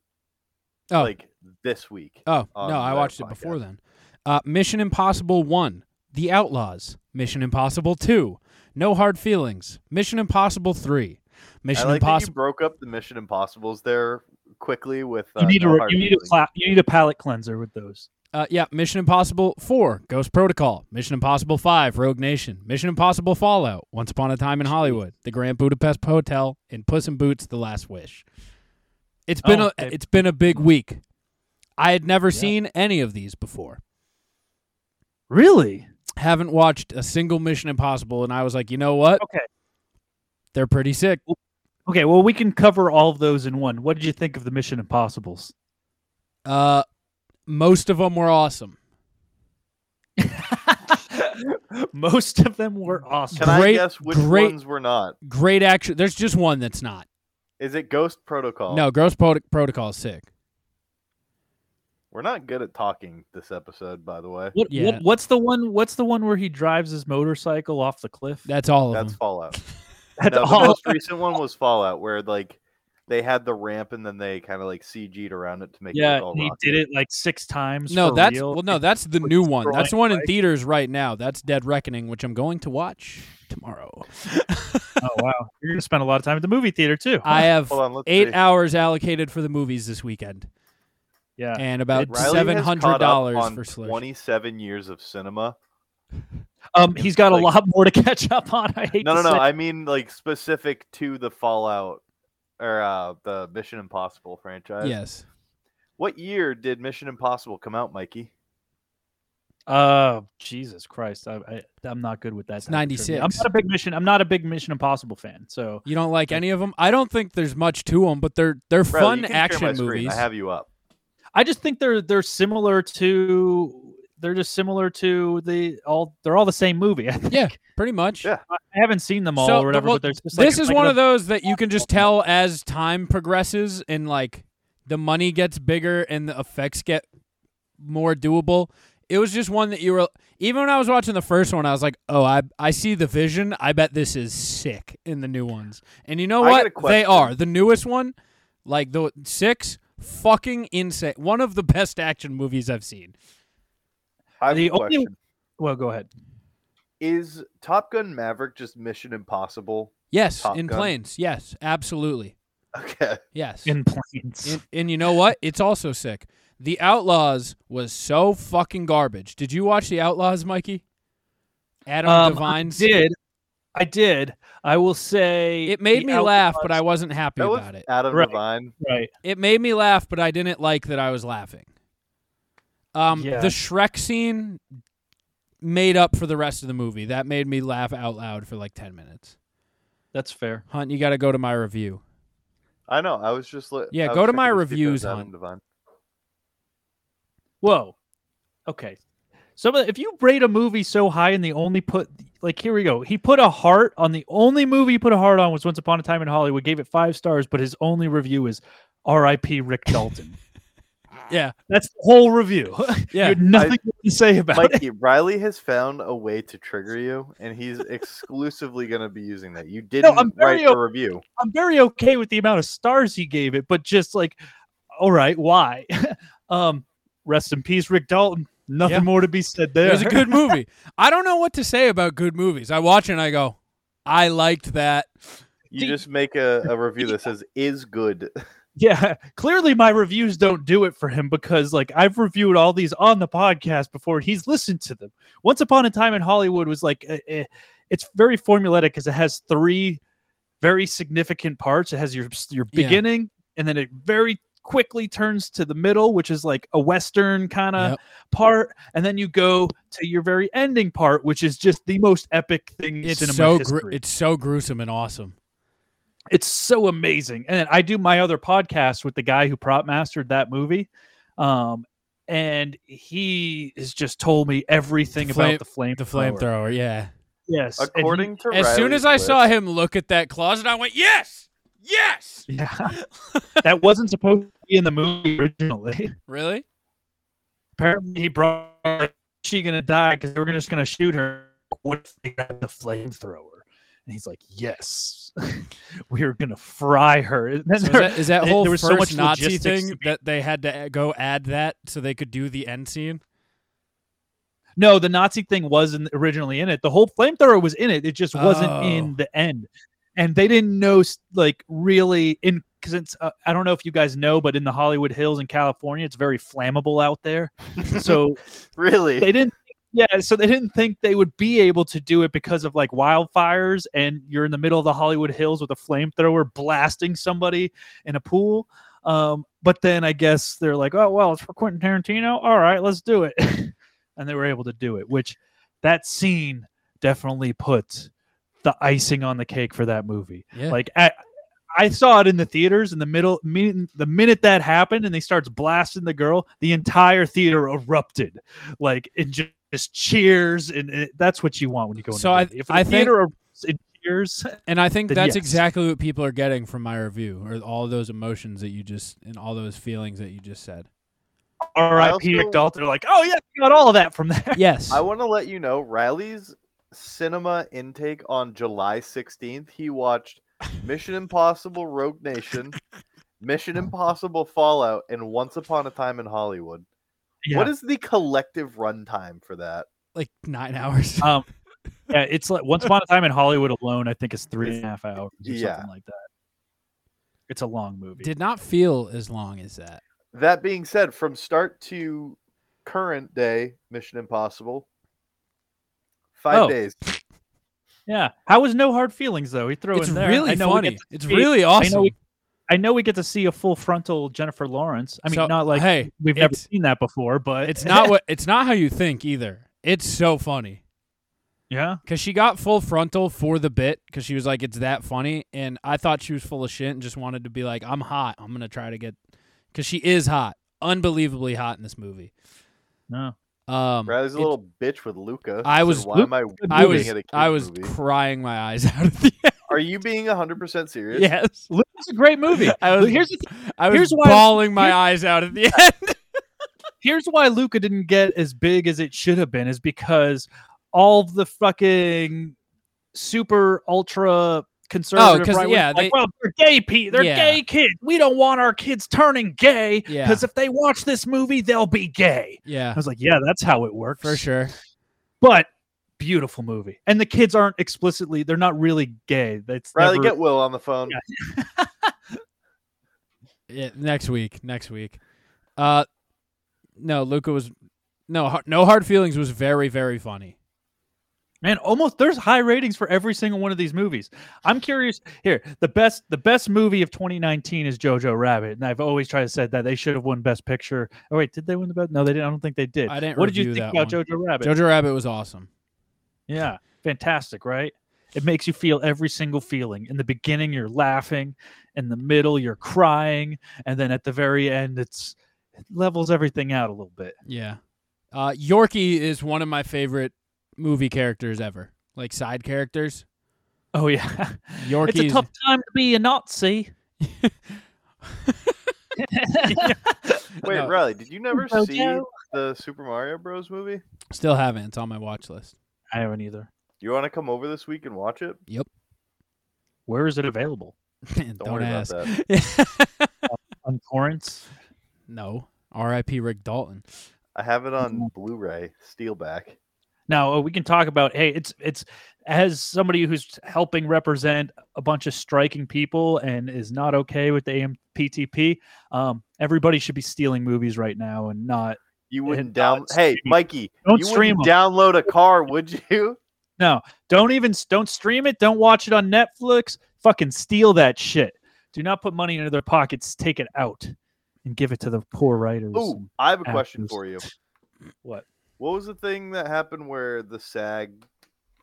Speaker 5: Oh,
Speaker 4: like this week.
Speaker 5: oh
Speaker 4: on
Speaker 5: no, I
Speaker 4: their
Speaker 5: watched it before
Speaker 4: podcast.
Speaker 5: then. Uh, Mission Impossible One, The Outlaws, Mission Impossible Two, No Hard Feelings, Mission Impossible Three, Mission
Speaker 4: I like that you
Speaker 5: Impossible.
Speaker 4: broke up the Mission Impossibles there quickly with uh,
Speaker 6: you need
Speaker 4: no
Speaker 6: a re-
Speaker 4: hard
Speaker 6: you need a
Speaker 4: feelings.
Speaker 6: pla- you need a palate cleanser with those
Speaker 5: Uh, yeah, Mission Impossible 4, Ghost Protocol, Mission Impossible 5, Rogue Nation, Mission Impossible Fallout, Once Upon a Time in Hollywood, The Grand Budapest Hotel, and Puss in Boots: The Last Wish. It's been
Speaker 6: Oh,
Speaker 5: a
Speaker 6: okay.
Speaker 5: it's been a big week. I had never
Speaker 6: Yeah.
Speaker 5: seen any of these before.
Speaker 6: really
Speaker 5: Haven't watched a single Mission Impossible, and I was like, you know what?
Speaker 6: okay
Speaker 5: They're pretty sick.
Speaker 6: Okay, well, we can cover all of those in one. What did you think of the Mission Impossibles?
Speaker 5: Uh, most of them were awesome.
Speaker 6: Most of them were awesome.
Speaker 4: Can I
Speaker 5: Great-
Speaker 4: guess which
Speaker 5: great-
Speaker 4: ones were not?
Speaker 5: Great action. There's just one that's not.
Speaker 4: Is it Ghost Protocol?
Speaker 5: No, Gross Pro- Protocol is sick.
Speaker 4: We're not good at talking this episode, by the way.
Speaker 6: What,
Speaker 5: Yeah.
Speaker 6: what what's the one what's the one where he drives his motorcycle off the cliff?
Speaker 5: That's all of
Speaker 4: That's
Speaker 5: them.
Speaker 4: Fallout.
Speaker 6: That's
Speaker 4: no,
Speaker 6: all-
Speaker 4: The most recent one was Fallout, where like they had the ramp and then they kind of like CG'd around it to make it
Speaker 6: yeah,
Speaker 4: look all
Speaker 6: and he
Speaker 4: rocky.
Speaker 6: did it like six times.
Speaker 5: No,
Speaker 6: for
Speaker 5: that's
Speaker 6: real.
Speaker 5: well, no, that's the
Speaker 6: Like
Speaker 5: new one. That's the one in
Speaker 6: destroying
Speaker 5: theaters right now. That's Dead Reckoning, which I'm going to watch tomorrow.
Speaker 6: oh wow, you're gonna spend a lot of time at the movie theater too.
Speaker 5: I have
Speaker 4: Hold on, let's
Speaker 5: eight
Speaker 4: see.
Speaker 5: hours allocated for the movies this weekend,
Speaker 6: yeah,
Speaker 5: and about
Speaker 4: Riley has
Speaker 5: seven hundred
Speaker 4: caught up
Speaker 5: dollars
Speaker 4: on
Speaker 5: for Slurp.
Speaker 4: Twenty-seven years of cinema.
Speaker 6: um, he's got a
Speaker 4: like-
Speaker 6: lot more to catch up on. I hate
Speaker 4: No,
Speaker 6: to
Speaker 4: no, no.
Speaker 6: say.
Speaker 4: I mean like specific to the Fallout or uh, the Mission Impossible franchise.
Speaker 5: Yes,
Speaker 4: What year did Mission Impossible come out, Mikey?
Speaker 6: Oh Jesus Christ! I, I I'm not good with that. type of trivia.
Speaker 5: 96.
Speaker 6: I'm not a big mission. I'm not a big Mission Impossible fan. So
Speaker 5: you don't like any of them. I don't think there's much to them, but they're they're
Speaker 4: Riley, you
Speaker 5: fun
Speaker 4: can share my
Speaker 5: action
Speaker 4: screen.
Speaker 5: movies.
Speaker 4: I have you up.
Speaker 6: I just think they're they're similar to they're just similar to the all they're all the same movie. I, think.
Speaker 5: Yeah, pretty much.
Speaker 4: Yeah.
Speaker 6: I haven't seen them all
Speaker 5: So,
Speaker 6: or whatever.
Speaker 5: well,
Speaker 6: but there's just like-
Speaker 5: this is
Speaker 6: like
Speaker 5: one
Speaker 6: a-
Speaker 5: of those that you can just tell as time progresses and like the money gets bigger and the effects get more doable. It was just one that you were even when I was watching the first one, I was like, "Oh, I I see the vision. I bet this is sick in the new ones." And you know
Speaker 4: I got a
Speaker 5: what? They
Speaker 4: question.
Speaker 5: are the newest one, like the six, fucking insane. One of the best action movies I've seen.
Speaker 4: I have
Speaker 6: The
Speaker 4: a
Speaker 6: only-
Speaker 4: question.
Speaker 6: Well, go ahead.
Speaker 4: Is Top Gun Maverick just Mission Impossible?
Speaker 5: Yes,
Speaker 4: Top
Speaker 5: in
Speaker 4: Gun.
Speaker 5: planes. Yes, absolutely.
Speaker 4: Okay.
Speaker 5: Yes,
Speaker 6: In planes.
Speaker 5: And, and you know what? It's also sick. The Outlaws was so fucking garbage. Did you watch The Outlaws, Mikey? Adam
Speaker 6: Um,
Speaker 5: Devine's.
Speaker 6: I did. I did. I will say
Speaker 5: It made
Speaker 6: the
Speaker 5: me laugh, but I
Speaker 6: Outlaws-
Speaker 5: wasn't happy
Speaker 4: That was
Speaker 5: about it.
Speaker 4: Adam
Speaker 6: Right.
Speaker 4: Devine.
Speaker 6: right.
Speaker 5: It made me laugh, but I didn't like that I was laughing. Um,
Speaker 6: Yeah.
Speaker 5: The Shrek scene made up for the rest of the movie. That made me laugh out loud for like 10 minutes.
Speaker 6: That's fair.
Speaker 5: Hunt, you got to go to my review.
Speaker 4: I know. I was just li-
Speaker 5: Yeah,
Speaker 4: I was
Speaker 5: go to
Speaker 4: checking
Speaker 5: my
Speaker 4: see if there
Speaker 5: reviews,
Speaker 4: was Adam
Speaker 5: hon.
Speaker 4: Devine.
Speaker 6: Whoa. Okay. So but if you rate a movie so high and the only put like here we go. He put a heart on the only movie he put a heart on was Once Upon a Time in Hollywood, gave it five stars, but his only review is R.I.P. Rick Dalton.
Speaker 5: Yeah.
Speaker 6: That's the whole review. you
Speaker 5: Yeah.
Speaker 6: had nothing to say about it.
Speaker 4: Mikey, Riley has found a way to trigger you, and he's exclusively going to be using that. You didn't
Speaker 6: I'm very
Speaker 4: write a
Speaker 6: o-
Speaker 4: review.
Speaker 6: I'm very okay with the amount of stars he gave it, but just like, all right, why? um, rest in peace, Rick Dalton. Nothing
Speaker 5: Yeah.
Speaker 6: more to be said there.
Speaker 5: It was a good movie. I don't know what to say about good movies. I watch it and I go, I liked that.
Speaker 4: You just make a, a review that says is good.
Speaker 6: Yeah, clearly my reviews don't do it for him because like I've reviewed all these on the podcast before and he's listened to them. Once upon a time in Hollywood was like uh, uh, it's very formulaic because it has three very significant parts. It has your your
Speaker 5: Yeah.
Speaker 6: beginning and then it very quickly turns to the middle, which is like a western kind of
Speaker 5: Yep.
Speaker 6: part, and then you go to your very ending part, which is just the most epic thing in cinema
Speaker 5: It's so
Speaker 6: history
Speaker 5: gr- it's so gruesome and awesome.
Speaker 6: it's so amazing. And I do my other podcast with the guy who prop mastered that movie. Um, and he has just told me everything
Speaker 5: The flame-
Speaker 6: about the flame
Speaker 5: The flamethrower, yeah.
Speaker 6: Yes. and he-
Speaker 4: According to
Speaker 5: As soon as I saw him look at that closet, I went, "Yes, yes."
Speaker 6: yeah. that wasn't supposed to be in the movie originally.
Speaker 5: Really?
Speaker 6: Apparently he brought she gonna die because they were just gonna shoot her. What if they got the flamethrower? And he's like, Yes. We're gonna fry her. And then
Speaker 5: So is
Speaker 6: there-
Speaker 5: that, is that
Speaker 6: there-
Speaker 5: whole
Speaker 6: there was
Speaker 5: first
Speaker 6: so much
Speaker 5: Nazi
Speaker 6: logistics to
Speaker 5: thing that they had to a- go add that so they could do the end scene?
Speaker 6: No, the Nazi thing wasn't originally in it. The whole flamethrower was in it. It just wasn't
Speaker 5: Oh.
Speaker 6: in the end. And they didn't know, s- like, really in because it's. Uh, I don't know if you guys know, but in the Hollywood Hills in California, it's very flammable out there. so
Speaker 4: really,
Speaker 6: they didn't. Yeah, so they didn't think they would be able to do it because of like wildfires, and you're in the middle of the Hollywood Hills with a flamethrower blasting somebody in a pool. Um, but then I guess they're like, oh well, it's for Quentin Tarantino. All right, let's do it, and they were able to do it. Which that scene definitely put the icing on the cake for that movie.
Speaker 5: Yeah.
Speaker 6: Like I, I saw it in the theaters in the middle. min- The minute that happened, and they starts blasting the girl, the entire theater erupted, like it ju- just cheers, and it, that's what you want when you go. into
Speaker 5: So
Speaker 6: a
Speaker 5: I-
Speaker 6: movie. if
Speaker 5: I
Speaker 6: the
Speaker 5: think-
Speaker 6: theater erupts in years.
Speaker 5: And I think
Speaker 6: then
Speaker 5: that's
Speaker 6: yes.
Speaker 5: exactly what people are getting from my review, or all those emotions that you just and all those feelings that you just said.
Speaker 6: R.I.P.
Speaker 4: also-
Speaker 6: McDowell. They're like, oh yeah, we got all of that from there.
Speaker 5: Yes.
Speaker 4: I want to let you know Riley's cinema intake on July 16th. He watched Mission Impossible Rogue Nation, Mission Impossible Fallout, and Once Upon a Time in Hollywood. What is the collective runtime for that?
Speaker 5: like nine hours.
Speaker 6: Uh, yeah, it's like Once Upon a Time in Hollywood alone. I think is three and a half hours. Or
Speaker 4: Yeah.
Speaker 6: something like that. It's a long movie.
Speaker 5: Did not feel as long as that.
Speaker 4: That being said, from start to current day, Mission Impossible, five
Speaker 6: Oh.
Speaker 4: days.
Speaker 6: yeah. How was No Hard Feelings though? He threw
Speaker 5: It's
Speaker 6: in there. I
Speaker 5: really
Speaker 6: know we get
Speaker 5: funny.
Speaker 6: to
Speaker 5: It's
Speaker 6: see-
Speaker 5: really
Speaker 6: I know
Speaker 5: awesome.
Speaker 6: we- I know we get to see a full frontal Jennifer Lawrence. I mean,
Speaker 5: So,
Speaker 6: not like
Speaker 5: hey,
Speaker 6: we've never
Speaker 5: it's-
Speaker 6: seen that before, but
Speaker 5: It's not what it's not how you think either. It's so funny.
Speaker 6: yeah.
Speaker 5: Cause she got full frontal for the bit, cause she was like, "It's that funny," and I thought she was full of shit and just wanted to be like, "I'm hot. I'm gonna try to get," cause she is hot, unbelievably hot in this movie.
Speaker 6: No.
Speaker 5: Um,
Speaker 4: Riley's a
Speaker 5: it-
Speaker 4: little bitch with Luca.
Speaker 5: I
Speaker 4: Said,
Speaker 5: was-
Speaker 4: Why am I?
Speaker 5: I
Speaker 4: looking
Speaker 5: was,
Speaker 4: at a
Speaker 5: I
Speaker 4: kid's
Speaker 5: was
Speaker 4: movie?"
Speaker 5: crying my eyes out at the end.
Speaker 4: Are you being hundred percent serious?
Speaker 5: Yes,
Speaker 6: Luke is a great movie.
Speaker 5: I was-
Speaker 6: here's the
Speaker 5: I was
Speaker 6: Here's why-
Speaker 5: bawling my
Speaker 6: here-
Speaker 5: eyes out at the end.
Speaker 6: here's why Luca didn't get as big as it should have been is because all of the fucking super ultra conservative
Speaker 5: Oh, 'cause,
Speaker 6: right
Speaker 5: yeah,
Speaker 6: like,
Speaker 5: they-
Speaker 6: well they're gay Pete, they're
Speaker 5: Yeah.
Speaker 6: gay kids. We don't want our kids turning gay
Speaker 5: Yeah.
Speaker 6: because if they watch this movie, they'll be gay. I
Speaker 5: yeah,
Speaker 6: was like, yeah, that's how it works
Speaker 5: for sure.
Speaker 6: But beautiful movie, and the kids aren't explicitly they're not really gay. That's
Speaker 4: Riley,
Speaker 6: never,
Speaker 4: get Will on the phone.
Speaker 6: Yeah.
Speaker 5: Yeah, next week. Next week. Uh, no, Luca was no har- no hard feelings was very very funny.
Speaker 6: Man, almost there's high ratings for every single one of these movies. I'm curious here. The best the best movie of 2019 is Jojo Rabbit, and I've always tried to said that they should have won Best Picture. Oh wait, did they win the best? No, they didn't. I don't think they did.
Speaker 5: I didn't
Speaker 6: What did you
Speaker 5: review
Speaker 6: think
Speaker 5: that
Speaker 6: about
Speaker 5: one.
Speaker 6: Jojo Rabbit?
Speaker 5: Jojo Rabbit was awesome.
Speaker 6: yeah, fantastic, right? It makes you feel every single feeling. In the beginning, you're laughing. In the middle, you're crying, and then at the very end, it's it levels everything out a little bit.
Speaker 5: Yeah. Uh, Yorkie is one of my favorite movie characters ever. Like side characters.
Speaker 6: Oh yeah, it's a
Speaker 5: Yorkie's-
Speaker 6: tough time to be a Nazi.
Speaker 4: Wait,
Speaker 5: No,
Speaker 4: Riley, did you never
Speaker 6: Jojo.
Speaker 4: see the Super Mario Bros. movie?
Speaker 5: Still haven't. It's on my watch list.
Speaker 6: I haven't either.
Speaker 4: You want to come over this week and watch it?
Speaker 6: Where is it available?
Speaker 5: Don't,
Speaker 4: worry about
Speaker 5: ask.
Speaker 4: that.
Speaker 6: on torrents.
Speaker 5: no. R.I.P. Rick Dalton.
Speaker 4: I have it on
Speaker 6: Mhm.
Speaker 4: Blu-ray, Steelback.
Speaker 6: Now uh, we can talk about hey, it's it's as somebody who's helping represent a bunch of striking people and is not okay with the AMPTP. Um, everybody should be stealing movies right now and not
Speaker 4: You
Speaker 6: And
Speaker 4: wouldn't down.
Speaker 6: don't
Speaker 4: Hey,
Speaker 6: stream-
Speaker 4: Mikey,
Speaker 6: don't
Speaker 4: you
Speaker 6: stream
Speaker 4: wouldn't
Speaker 6: 'em.
Speaker 4: download a car, would you?
Speaker 6: no. Don't even s- don't stream it. Don't watch it on Netflix. Fucking steal that shit. Do not put money into their pockets. Take it out and give it to the poor writers.
Speaker 4: Ooh,
Speaker 6: and
Speaker 4: I have a question
Speaker 6: actors.
Speaker 4: for you.
Speaker 6: What?
Speaker 4: What was the thing that happened where the SAG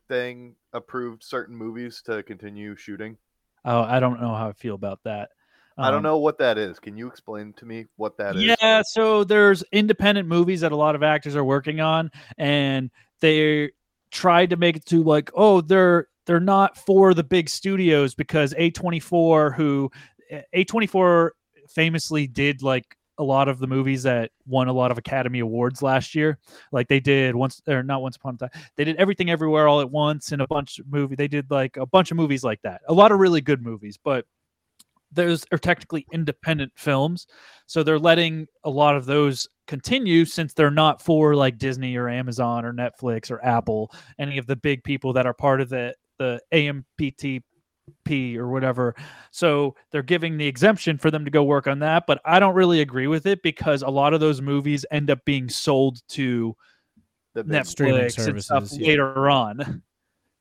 Speaker 4: thing approved certain movies to continue shooting?
Speaker 6: Oh, I don't know how I feel about that.
Speaker 4: I don't
Speaker 6: Um,
Speaker 4: know what that is. Can you explain to me what that is?
Speaker 6: Yeah, so there's independent movies that a lot of actors are working on, and they tried to make it to like, oh, they're they're not for the big studios because A24, who A24 famously did like a lot of the movies that won a lot of Academy Awards last year. Like they did once or not once upon a time. They did everything everywhere all at once and a bunch of movie. They did like a bunch of movies like that. A lot of really good movies, but those are technically independent films. So they're letting a lot of those continue since they're not for like Disney or Amazon or Netflix or Apple, any of the big people that are part of the the AMPTP or whatever. So they're giving the exemption for them to go work on that, but I don't really agree with it because a lot of those movies end up being sold to
Speaker 4: The big-
Speaker 5: Streaming
Speaker 6: Netflix and stuff
Speaker 5: services, yeah.
Speaker 6: later on.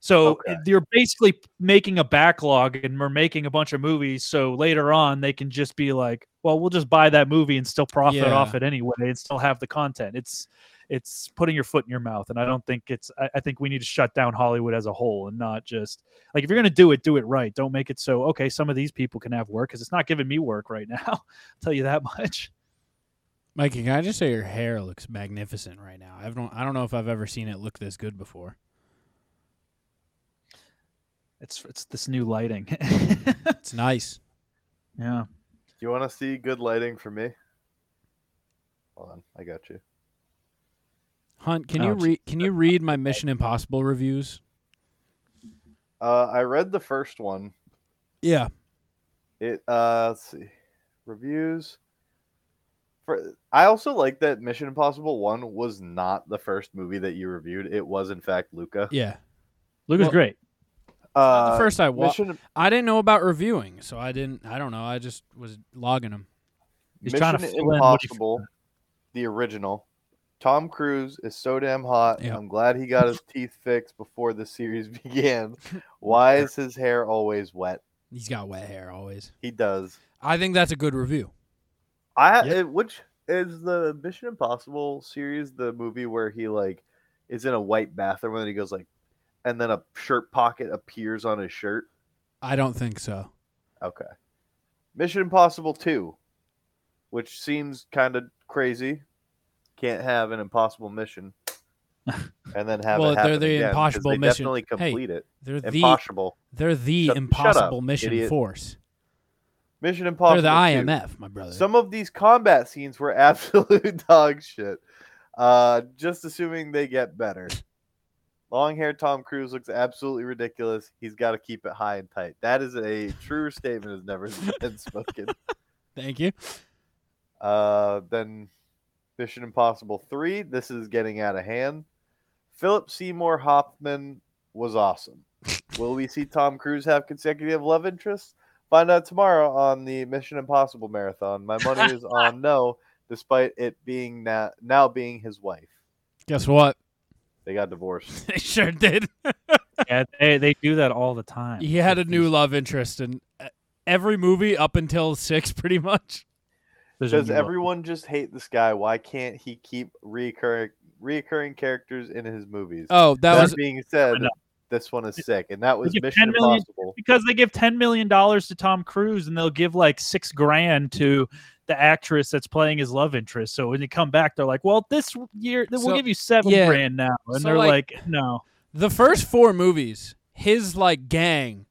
Speaker 6: So
Speaker 4: Okay.
Speaker 6: you're basically making a backlog and we're making a bunch of movies. So later on, they can just be like, well, we'll just buy that movie and still profit
Speaker 5: Yeah.
Speaker 6: off it anyway and still have the content. It's, it's putting your foot in your mouth. And I don't think it's, I, I think we need to shut down Hollywood as a whole and not just like, if you're going to do it, do it right. Don't make it so, okay, some of these people can have work because it's not giving me work right now. I'll tell you that much.
Speaker 5: Mikey, can I just say your hair looks magnificent right now? I don't I don't know if I've ever seen it look this good before.
Speaker 6: It's it's this new lighting.
Speaker 5: It's nice.
Speaker 6: yeah.
Speaker 4: You want to see good lighting for me? Hold on, I got you.
Speaker 5: Hunt, can you
Speaker 6: Ouch.
Speaker 5: read? Can you read my Mission Impossible reviews?
Speaker 4: Uh, I read the first one.
Speaker 5: Yeah.
Speaker 4: It uh, let's see, reviews. For I also like that Mission Impossible One was not the first movie that you reviewed. It was in fact Luca.
Speaker 5: Yeah.
Speaker 6: Luca's
Speaker 5: Well,
Speaker 6: great.
Speaker 4: Uh,
Speaker 5: the first I watched.
Speaker 4: Mission,
Speaker 5: I didn't know about reviewing, so I didn't. I don't know. I just was logging them.
Speaker 6: He's trying to
Speaker 4: Mission
Speaker 6: fill in what he-
Speaker 4: Impossible, the original. Tom Cruise is so damn hot.
Speaker 5: Yeah.
Speaker 4: I'm glad he got his teeth fixed before the series began. Why is his hair always wet?
Speaker 5: He's got wet hair always.
Speaker 4: He does.
Speaker 5: I think that's a good review.
Speaker 4: I
Speaker 6: Yeah.
Speaker 4: it, which is the Mission Impossible series, the movie where he like is in a white bathroom and he goes like, and then a shirt pocket appears on his shirt.
Speaker 5: I don't think so.
Speaker 4: Okay. Mission Impossible 2, which seems kind of crazy. Can't have an impossible mission. And then have
Speaker 5: Well,
Speaker 4: it
Speaker 5: they're
Speaker 4: happen
Speaker 5: the
Speaker 4: again, 'cause
Speaker 5: impossible
Speaker 4: they
Speaker 5: mission.
Speaker 4: Definitely
Speaker 5: Hey,
Speaker 4: complete it.
Speaker 5: They're the
Speaker 4: Impossible.
Speaker 5: they're the
Speaker 4: Shut- shut
Speaker 5: impossible
Speaker 4: up,
Speaker 5: mission
Speaker 4: idiot.
Speaker 5: force.
Speaker 4: Mission Impossible.
Speaker 5: they're the
Speaker 4: 2.
Speaker 5: IMF, my brother.
Speaker 4: Some of these combat scenes were absolute dog shit. Uh, just assuming they get better. Long hair Tom Cruise looks absolutely ridiculous. He's got to keep it high and tight. That is a true statement has never been spoken.
Speaker 5: Thank you.
Speaker 4: Uh, then Mission Impossible 3. This is getting out of hand. Philip Seymour Hoffman was awesome. Will we see Tom Cruise have consecutive love interests? Find out tomorrow on the Mission Impossible marathon. My money is on no, despite it being now, now being his wife.
Speaker 5: Guess what?
Speaker 4: They got divorced.
Speaker 5: They sure did.
Speaker 6: Yeah, they, they do that all the time.
Speaker 5: He had a new love interest in uh, every movie up until six, pretty much.
Speaker 6: There's a
Speaker 4: Does
Speaker 6: new-
Speaker 4: everyone just hate this guy? Why can't he keep reoccurring reoccurring characters in his movies?
Speaker 5: Oh, that
Speaker 4: that
Speaker 5: was
Speaker 4: being said,
Speaker 6: enough.
Speaker 4: this one is sick, and that was
Speaker 6: give
Speaker 4: Mission
Speaker 6: 10 million
Speaker 4: Impossible.
Speaker 6: because they give ten million dollars to Tom Cruise and they'll give like six grand to the actress that's playing his love interest. So when you come back, they're like, "Well, this year we'll
Speaker 5: So-
Speaker 6: give you seven
Speaker 5: yeah.
Speaker 6: grand now," and
Speaker 5: So,
Speaker 6: they're
Speaker 5: like-
Speaker 6: like, "No,
Speaker 5: the first four movies. His like gang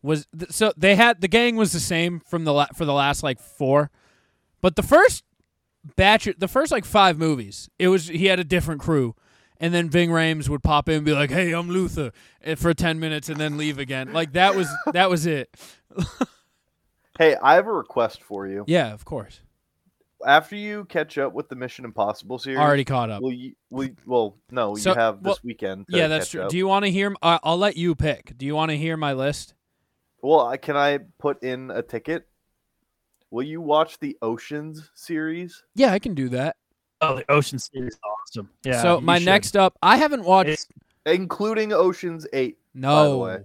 Speaker 5: was th- so they had the gang was the same from the la- for the last like four, but the first batch, the first like five movies, it was he had a different crew. And then Ving Rhames would pop in and be like, "Hey, I'm Luther," eh, for ten minutes, and then leave again. Like that was that was it.
Speaker 4: Hey, I have a request for you.
Speaker 5: Yeah, of course.
Speaker 4: After you catch up with the Mission Impossible series,
Speaker 5: Already caught up.
Speaker 4: Will you? Will you- well, no,
Speaker 5: So,
Speaker 4: you have this
Speaker 5: well,
Speaker 4: weekend. to
Speaker 5: Yeah, that's
Speaker 4: catch
Speaker 5: true.
Speaker 4: up.
Speaker 5: Do you want to hear? m- I- I'll let you pick. Do you want to hear my list?
Speaker 4: well, I- can I put in a ticket? Will you watch the Oceans series?
Speaker 5: Yeah, I can do that.
Speaker 6: oh, the Ocean series is awesome." Yeah.
Speaker 5: so
Speaker 6: you
Speaker 5: my
Speaker 6: should.
Speaker 5: next up, I haven't watched.
Speaker 6: It's-
Speaker 4: Including Oceans 8.
Speaker 5: no,
Speaker 4: way.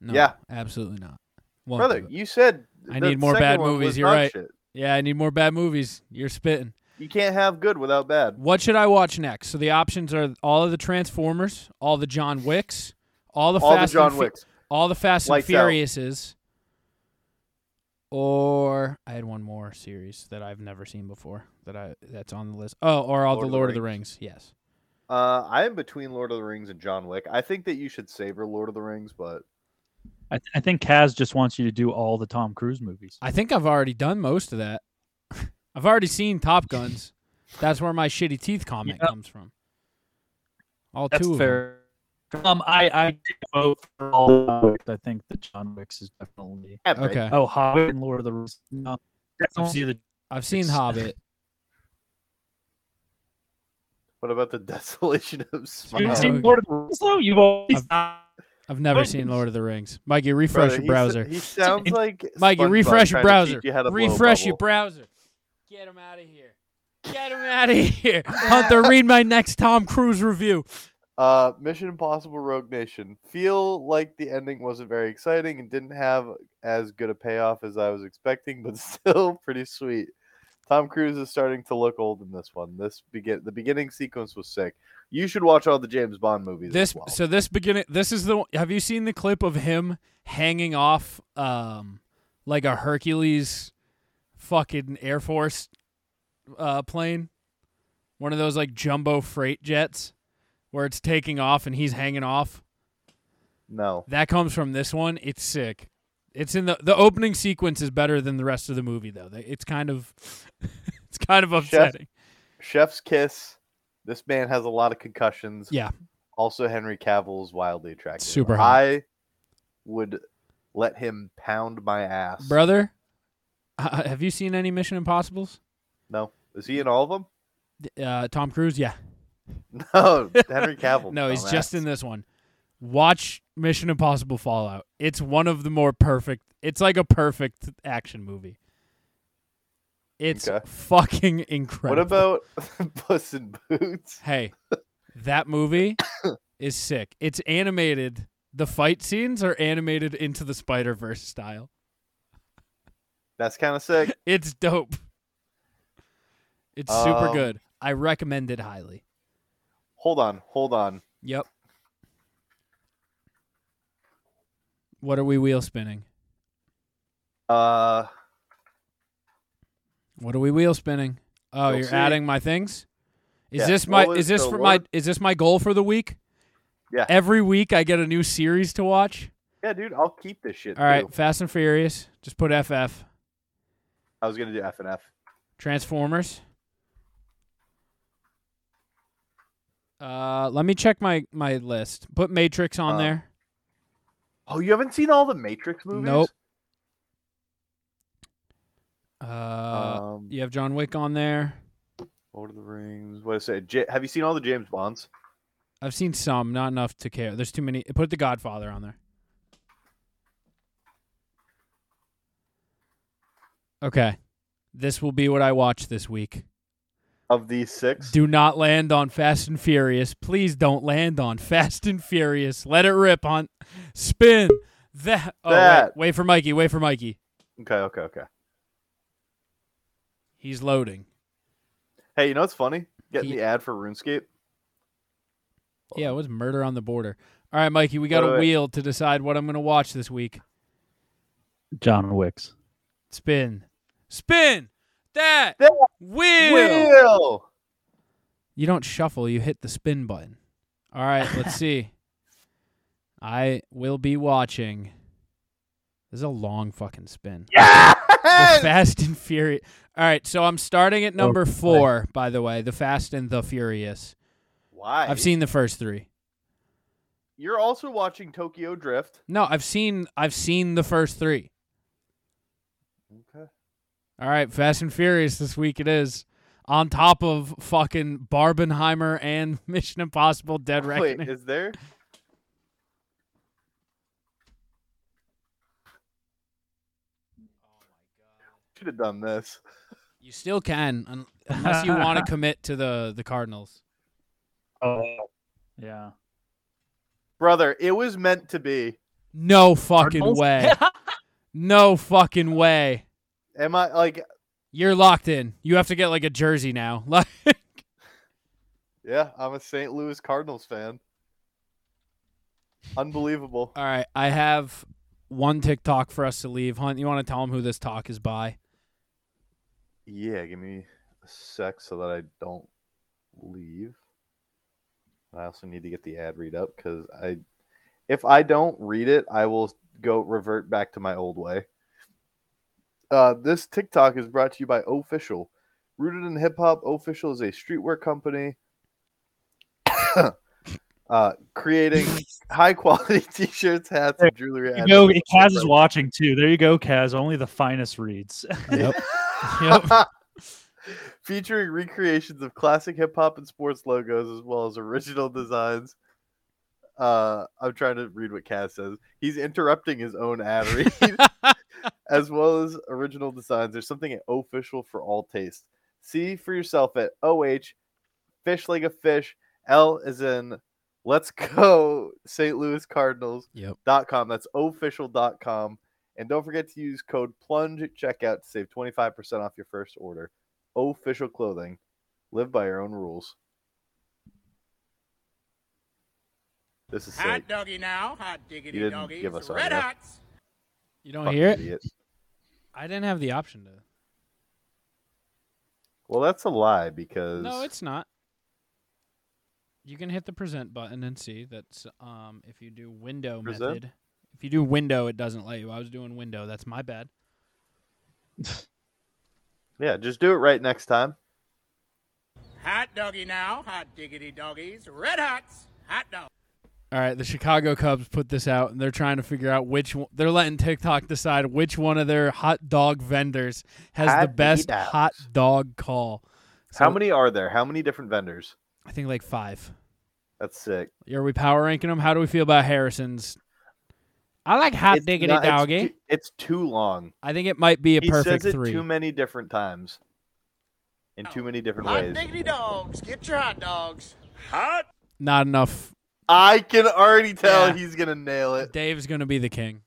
Speaker 5: no,
Speaker 4: Yeah.
Speaker 5: absolutely not. Won't
Speaker 4: Brother,
Speaker 5: do it.
Speaker 4: you said.
Speaker 5: I
Speaker 4: the
Speaker 5: need more
Speaker 4: second
Speaker 5: bad
Speaker 4: one
Speaker 5: movies,
Speaker 4: was
Speaker 5: you're
Speaker 4: dog
Speaker 5: right.
Speaker 4: shit.
Speaker 5: yeah, I need more bad movies. You're spitting.
Speaker 4: You can't have good without bad.
Speaker 5: What should I watch next? So the options are all of the Transformers, all the John Wicks, all the
Speaker 4: All the
Speaker 5: Fast
Speaker 4: John
Speaker 5: and Fu-
Speaker 4: Wicks.
Speaker 5: all the Fast and
Speaker 4: Lights Out.
Speaker 5: Furiouses, or I had one more series that I've never seen before that I that's on the list. Oh, or
Speaker 4: Lord
Speaker 5: all
Speaker 4: of
Speaker 5: the
Speaker 4: the
Speaker 5: Lord of the Rings. Yes.
Speaker 4: Uh, I am between Lord of the Rings and John Wick. I think that you should savor Lord of the Rings, but
Speaker 6: I, th- I think Kaz just wants you to do all the Tom Cruise movies.
Speaker 5: I think I've already done most of that. I've already seen Top Guns. That's where my shitty teeth comment
Speaker 6: Yeah.
Speaker 5: comes from. All
Speaker 6: That's
Speaker 5: two of 'em.
Speaker 6: fair. Um, I I did vote for all. the John Wicks. I think that John Wicks is definitely.
Speaker 4: epic.
Speaker 5: Okay.
Speaker 6: Oh, Hobbit and Lord of the Rings. No, definitely the
Speaker 5: I've seen
Speaker 6: It's-
Speaker 5: Hobbit.
Speaker 4: What about the desolation of
Speaker 6: You've
Speaker 5: Oh,
Speaker 4: Smile?
Speaker 5: see-
Speaker 6: seen
Speaker 5: okay.
Speaker 6: Lord of the Rings, though? You've always
Speaker 5: I've never
Speaker 6: Wait.
Speaker 5: seen Lord of the Rings. Mikey,
Speaker 4: Brother,
Speaker 5: refresh your
Speaker 4: he s-
Speaker 5: browser.
Speaker 4: He, sounds like
Speaker 5: Mikey,
Speaker 4: SpongeBob
Speaker 5: refresh your
Speaker 4: trying to teach
Speaker 5: browser.
Speaker 4: you how to blow a
Speaker 5: refresh your
Speaker 4: bubble.
Speaker 5: browser. Get him out of here. Get him out of here. Hunter, read my next Tom Cruise review.
Speaker 4: Uh, Mission Impossible Rogue Nation. Feel like the ending wasn't very exciting and didn't have as good a payoff as I was expecting, but still pretty sweet. Tom Cruise is starting to look old in this one. This begin the beginning sequence was sick. You should watch all the James Bond movies.
Speaker 5: This
Speaker 4: as well.
Speaker 5: so this beginning this is the one- have you seen the clip of him hanging off um like a Hercules fucking Air Force uh plane? One of those like jumbo freight jets where it's taking off and he's hanging off.
Speaker 4: No.
Speaker 5: That comes from this one. It's sick. It's in the the opening sequence is better than the rest of the movie though. They- It's kind of it's kind of upsetting.
Speaker 4: Chef's kiss. This man has a lot of concussions.
Speaker 5: Yeah.
Speaker 4: Also, Henry Cavill is wildly attractive.
Speaker 5: Super hot.
Speaker 4: I would let him pound my ass.
Speaker 5: Brother, uh, have you seen any Mission Impossibles?
Speaker 4: No. Is he in all of them?
Speaker 5: Uh, Tom Cruise, yeah.
Speaker 4: No, Henry Cavill.
Speaker 5: No, he's just in this one. Watch Mission Impossible Fallout. It's one of the more perfect. It's like a perfect action movie. It's
Speaker 4: Okay.
Speaker 5: fucking incredible.
Speaker 4: What about Puss in Boots?
Speaker 5: Hey, that movie is sick. It's animated. The fight scenes are animated into the Spider Verse style.
Speaker 4: That's kind of sick.
Speaker 5: It's dope. It's super
Speaker 4: Um,
Speaker 5: good. I recommend it highly.
Speaker 4: Hold on, hold on.
Speaker 5: Yep. What are we wheel spinning?
Speaker 4: Uh,
Speaker 5: What are we wheel spinning? Oh,
Speaker 4: We'll
Speaker 5: you're
Speaker 4: see.
Speaker 5: adding my things. Is
Speaker 4: Yeah.
Speaker 5: this my
Speaker 4: What
Speaker 5: is
Speaker 4: was
Speaker 5: this
Speaker 4: the
Speaker 5: for my
Speaker 4: word?
Speaker 5: is this my goal for the week?
Speaker 4: Yeah.
Speaker 5: Every week I get a new series to watch.
Speaker 4: yeah, dude, I'll keep this shit.
Speaker 5: All right,
Speaker 4: too.
Speaker 5: Fast and Furious. Just put FF.
Speaker 4: I was gonna do F and F.
Speaker 5: Transformers. Uh, let me check my my list. Put Matrix on
Speaker 4: Uh,
Speaker 5: there.
Speaker 4: Oh, you haven't seen all the Matrix movies?
Speaker 5: Nope. Uh,
Speaker 4: Um,
Speaker 5: you have John Wick on there.
Speaker 4: Lord of the Rings. What is it? J- have you seen all the James Bonds?
Speaker 5: I've seen some, not enough to care. There's too many. Put The Godfather on there. Okay. This will be what I watch this week.
Speaker 4: Of these six?
Speaker 5: Do not land on Fast and Furious. Please don't land on Fast and Furious. Let it rip on spin. That. Oh, Wait,
Speaker 4: That.
Speaker 5: wait for Mikey. Wait for Mikey.
Speaker 4: Okay, okay, okay.
Speaker 5: He's loading.
Speaker 4: Hey, you know what's funny? Getting
Speaker 5: He-
Speaker 4: the ad for RuneScape.
Speaker 5: Yeah, it was Murder on the Border. All right, Mikey, we got
Speaker 4: Wait,
Speaker 5: a
Speaker 4: wait.
Speaker 5: wheel to decide what I'm going to watch this week.
Speaker 6: John Wicks.
Speaker 5: Spin. Spin. That.
Speaker 4: That
Speaker 5: Wheel.
Speaker 4: Will!
Speaker 5: You don't shuffle, you hit the spin button. All right, let's see. I will be watching. This is a long fucking spin. The Fast and Furious. All right, so I'm starting at number four, by the way, The Fast and the Furious.
Speaker 4: Why?
Speaker 5: I've seen the first three.
Speaker 4: You're also watching Tokyo Drift.
Speaker 5: No, I've seen I've seen the first three.
Speaker 4: Okay.
Speaker 5: All right, Fast and Furious this week it is. On top of fucking Barbenheimer and Mission Impossible Dead Reckoning.
Speaker 4: Wait, is there?
Speaker 5: Oh
Speaker 4: Should have done this.
Speaker 5: You still can, un- unless you want to commit to the the Cardinals.
Speaker 6: Oh, yeah.
Speaker 4: Brother, it was meant to be.
Speaker 5: No fucking way. No fucking way.
Speaker 4: Am I like
Speaker 5: You're locked in. You have to get like a jersey now. Like,
Speaker 4: yeah, I'm a St. Louis Cardinals fan. Unbelievable.
Speaker 5: all right, I have one TikTok for us to leave. Hunt, you want to tell them who this talk is by?
Speaker 4: Yeah, give me a sec so that I don't leave. I also need to get the ad read up because I, if I don't read it, I will go revert back to my old way. Uh, this TikTok is brought to you by Official. Rooted in hip hop, Official is a streetwear company uh, creating high quality t shirts, hats, and jewelry.
Speaker 6: You
Speaker 4: at
Speaker 6: go.
Speaker 4: affordable
Speaker 6: Kaz is
Speaker 4: prices.
Speaker 6: watching too. There you go, Kaz. Only the finest reads.
Speaker 5: Yep. Yep.
Speaker 4: Featuring recreations of classic hip hop and sports logos as well as original designs. Uh, I'm trying to read what Cass says. He's interrupting his own ad read, as well as original designs. There's something at official for all tastes. See for yourself at OH, fish like a fish. L is in let's go, St. Louis Cardinals
Speaker 5: Yep.
Speaker 4: official.com. That's official.com. And don't forget to use code PLUNGE at checkout to save 25% off your first order. Official clothing. Live by your own rules. This is sick.
Speaker 7: Hot doggy now, hot diggity
Speaker 4: didn't
Speaker 7: doggy.
Speaker 4: give
Speaker 7: It's
Speaker 4: us our
Speaker 7: red
Speaker 4: rep.
Speaker 7: hots.
Speaker 5: You don't
Speaker 4: Fucking
Speaker 5: Oh, hear it?
Speaker 4: idiot.
Speaker 5: I didn't have the option to.
Speaker 4: Well, that's a lie because
Speaker 5: No, it's not. You can hit the present button and see that's um if you do window
Speaker 4: Present?
Speaker 5: method. If you do window, it doesn't let you. I was doing window. That's my bad.
Speaker 4: Yeah, just do it right next time.
Speaker 7: Hot doggy now, hot diggity doggies, red hots, hot dog.
Speaker 5: All right, the Chicago Cubs put this out, and they're trying to figure out which one, they're letting TikTok decide which one of their hot dog vendors has the
Speaker 4: Hot
Speaker 5: best
Speaker 4: dogs.
Speaker 5: hot dog call.
Speaker 4: How
Speaker 5: So-
Speaker 4: many are there? How many different vendors?
Speaker 5: I think like five.
Speaker 4: That's sick.
Speaker 5: Are we power ranking them? How do we feel about Harrison's? I like hot
Speaker 4: It's
Speaker 5: diggity
Speaker 4: not- it's
Speaker 5: doggy.
Speaker 4: too- It's too long.
Speaker 5: I think it might be a
Speaker 4: he
Speaker 5: perfect
Speaker 4: says it
Speaker 5: three.
Speaker 4: too many different times, in too many different
Speaker 7: Hot
Speaker 4: ways.
Speaker 7: diggity dogs, get your hot dogs. Hot
Speaker 5: Not enough.
Speaker 4: I can already tell
Speaker 5: Yeah.
Speaker 4: he's gonna nail it.
Speaker 5: Dave's gonna be the king.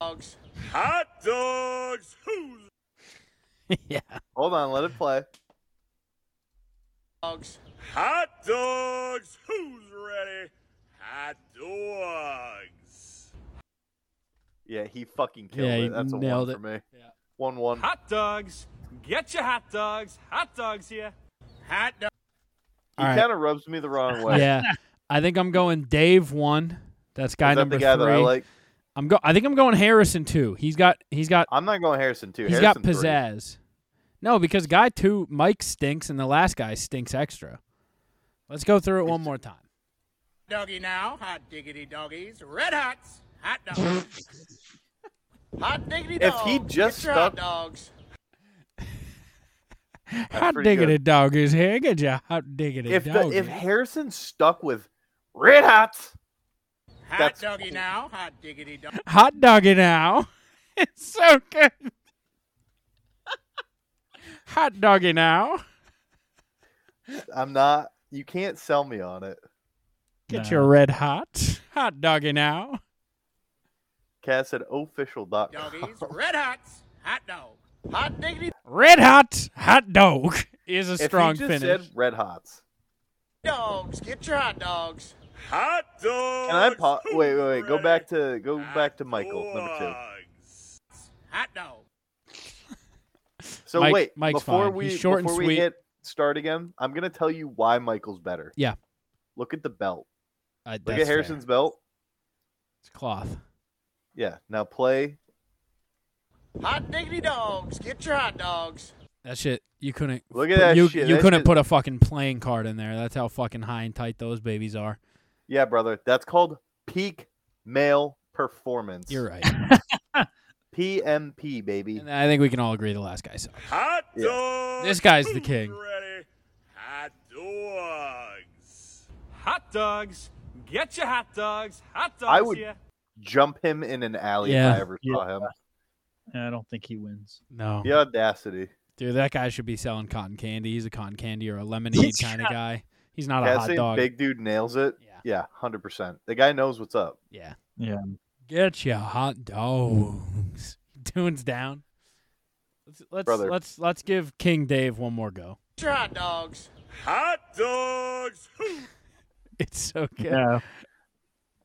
Speaker 7: dogs, hot dogs. Who's
Speaker 5: yeah.
Speaker 4: Hold on, let it play.
Speaker 7: dogs? Hot dogs. Who's ready? Hot dogs.
Speaker 4: Yeah, he fucking killed
Speaker 5: Yeah, he
Speaker 4: it. That's a
Speaker 5: nailed
Speaker 4: one for
Speaker 5: it.
Speaker 4: me.
Speaker 5: Yeah.
Speaker 4: One one.
Speaker 7: Hot dogs. Get your hot dogs. Hot dogs here. Hot dogs.
Speaker 4: He
Speaker 5: All right.
Speaker 4: kind of rubs me the wrong way.
Speaker 5: Yeah. I think I'm going Dave one. That's guy
Speaker 4: Is that
Speaker 5: number
Speaker 4: the guy
Speaker 5: three.
Speaker 4: that I like?
Speaker 5: I'm go. I think I'm going Harrison two. He's got. He's got.
Speaker 4: I'm not going Harrison too.
Speaker 5: he's got
Speaker 4: Harrison three.
Speaker 5: pizzazz. No, because guy two, Mike stinks, and the last guy stinks extra. Let's go through it one more time.
Speaker 7: Doggy now, hot diggity doggies, red hots, hot dogs. hot diggity
Speaker 4: If
Speaker 7: dogs.
Speaker 4: he just
Speaker 7: get your hot
Speaker 4: stuck-
Speaker 7: dogs.
Speaker 5: Hot
Speaker 4: pretty
Speaker 5: diggity
Speaker 4: good.
Speaker 5: dog is here. Good job. Hot diggity
Speaker 4: If the,
Speaker 5: dog.
Speaker 4: if Harrison stuck with Red Hots,
Speaker 7: Hot
Speaker 4: That's-
Speaker 7: doggy now, hot diggity dog.
Speaker 5: Hot doggy now. It's so good. Hot doggy now.
Speaker 4: I'm not. You can't sell me on it.
Speaker 5: Get
Speaker 6: No.
Speaker 5: your red hot. Hot doggy now.
Speaker 4: Cass at official.com.
Speaker 7: Doggies, red hots, hot dog. Hot diggity
Speaker 5: Red hot hot dog is a
Speaker 4: If he
Speaker 5: strong
Speaker 4: just
Speaker 5: finish.
Speaker 4: said Red Hots.
Speaker 7: dogs, get your hot dogs. Hot dogs.
Speaker 4: Can I pause? Wait, wait, wait. Go back to go back to Michael number two.
Speaker 7: Hot dog.
Speaker 4: So
Speaker 5: Mike-
Speaker 4: wait,
Speaker 5: Mike's
Speaker 4: before
Speaker 5: fine.
Speaker 4: we
Speaker 5: He's short and
Speaker 4: before we
Speaker 5: sweet.
Speaker 4: hit start again, I'm gonna tell you why Michael's better.
Speaker 5: Yeah.
Speaker 4: Look at the belt.
Speaker 5: Uh,
Speaker 4: Look
Speaker 5: that's
Speaker 4: at
Speaker 5: fair.
Speaker 4: Harrison's belt.
Speaker 5: It's cloth.
Speaker 4: Yeah. Now play.
Speaker 7: Hot diggity dogs, get your hot dogs.
Speaker 5: That shit you couldn't
Speaker 4: Look at that
Speaker 5: you,
Speaker 4: shit.
Speaker 5: you
Speaker 4: That
Speaker 5: couldn't
Speaker 4: shit-
Speaker 5: put a fucking playing card in there. That's how fucking high and tight those babies are.
Speaker 4: Yeah, brother. That's called peak male performance.
Speaker 5: You're right.
Speaker 4: PMP, baby.
Speaker 5: and I think we can all agree the last guy sucked.
Speaker 7: Hot
Speaker 4: Yeah.
Speaker 7: dogs.
Speaker 5: This guy's the king.
Speaker 7: Ready? Hot dogs. Hot dogs. Get your hot dogs. Hot dogs.
Speaker 4: I would-
Speaker 7: here.
Speaker 4: Jump him in an alley if
Speaker 5: Yeah.
Speaker 4: I ever saw him.
Speaker 6: I don't think he wins.
Speaker 5: No.
Speaker 4: The audacity.
Speaker 5: Dude, that guy should be selling cotton candy. He's a cotton candy or a lemonade kind of guy. He's not a
Speaker 4: Cass
Speaker 5: hot
Speaker 4: saying
Speaker 5: dog.
Speaker 4: big dude nails it.
Speaker 5: Yeah.
Speaker 4: Yeah, hundred percent. The guy knows what's up.
Speaker 5: Yeah.
Speaker 6: Yeah.
Speaker 5: Get your hot dogs. Tunes down. Let's let's
Speaker 4: Brother.
Speaker 5: let's let's give King Dave one more go.
Speaker 7: Get your hot dogs. Hot dogs.
Speaker 5: It's so good.
Speaker 6: Yeah.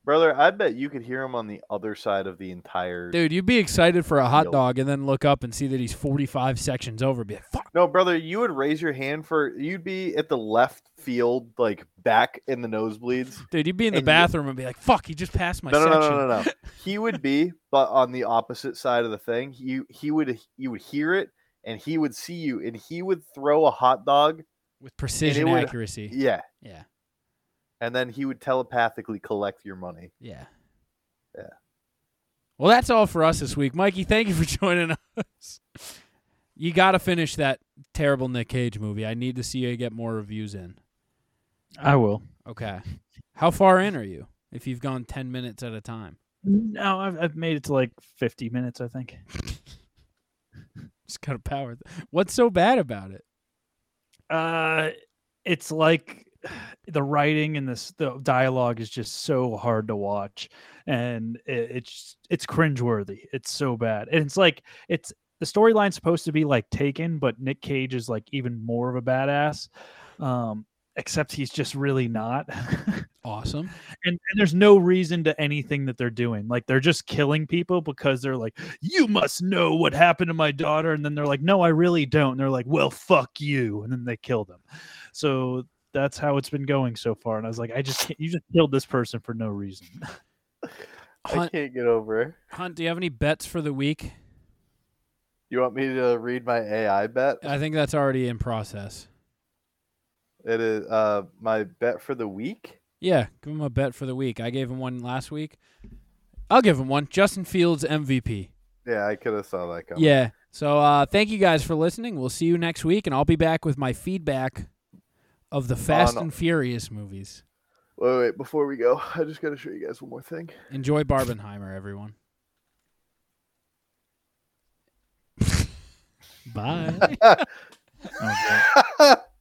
Speaker 4: Brother, I bet you could hear him on the other side of the entire
Speaker 5: Dude, you'd be excited for a hot
Speaker 4: Yo.
Speaker 5: dog and then look up and see that he's 45 sections over. Be like, fuck.
Speaker 4: No, brother, you would raise your hand for you'd be at the left field, like back in the nosebleeds.
Speaker 5: Dude, you'd be in the
Speaker 4: And you-
Speaker 5: bathroom and be like, fuck, he just passed my
Speaker 4: No, no,
Speaker 5: section.
Speaker 4: no, no, no, no. He would be, but on the opposite side of the thing. He he would you would hear it, and he would see you, and he would throw a hot dog.
Speaker 5: With precision
Speaker 4: would-
Speaker 5: accuracy.
Speaker 4: Yeah,
Speaker 5: Yeah.
Speaker 4: and then he would telepathically collect your money.
Speaker 5: Yeah.
Speaker 4: Yeah.
Speaker 5: Well, that's all for us this week. Mikey, thank you for joining us. You got to finish that terrible Nick Cage movie. I need to see you get more reviews in.
Speaker 6: I will.
Speaker 5: Okay. How far in are you if you've gone 10 minutes at a time?
Speaker 6: No, I've, I've made it to like 50 minutes, I think.
Speaker 5: Just got to power. th- What's so bad about it?
Speaker 6: Uh, it's like the writing and this the dialogue is just so hard to watch, and it, it's it's cringeworthy. It's so bad, and it's like it's the storyline's supposed to be like Taken, but Nick Cage is like even more of a badass. Um, except he's just really not.
Speaker 5: Awesome.
Speaker 6: and, and there's no reason to anything that they're doing. Like they're just killing people because they're like, you must know what happened to my daughter. And then they're like, no, I really don't. And they're like, well, fuck you. And then they kill them. So that's how it's been going so far. And I was like, I just can't, you just killed this person for no reason.
Speaker 4: I
Speaker 5: Hunt,
Speaker 4: can't get over. it.
Speaker 5: Hunt, do you have any bets for the week?
Speaker 4: You want me to read my AI bet?
Speaker 5: I think that's already in process.
Speaker 4: It is uh my bet for the week.
Speaker 5: Yeah, give him a bet for the week. I gave him one last week. I'll give him one. Justin Fields MVP.
Speaker 4: Yeah, I could have saw that coming.
Speaker 5: Yeah. So uh, thank you guys for listening. We'll see you next week, and I'll be back with my feedback of the Fast
Speaker 4: no.
Speaker 5: and Furious movies.
Speaker 4: Wait, wait, before we go, I just gotta show you guys one more thing.
Speaker 5: Enjoy Barbenheimer, everyone. Bye.
Speaker 6: I was like,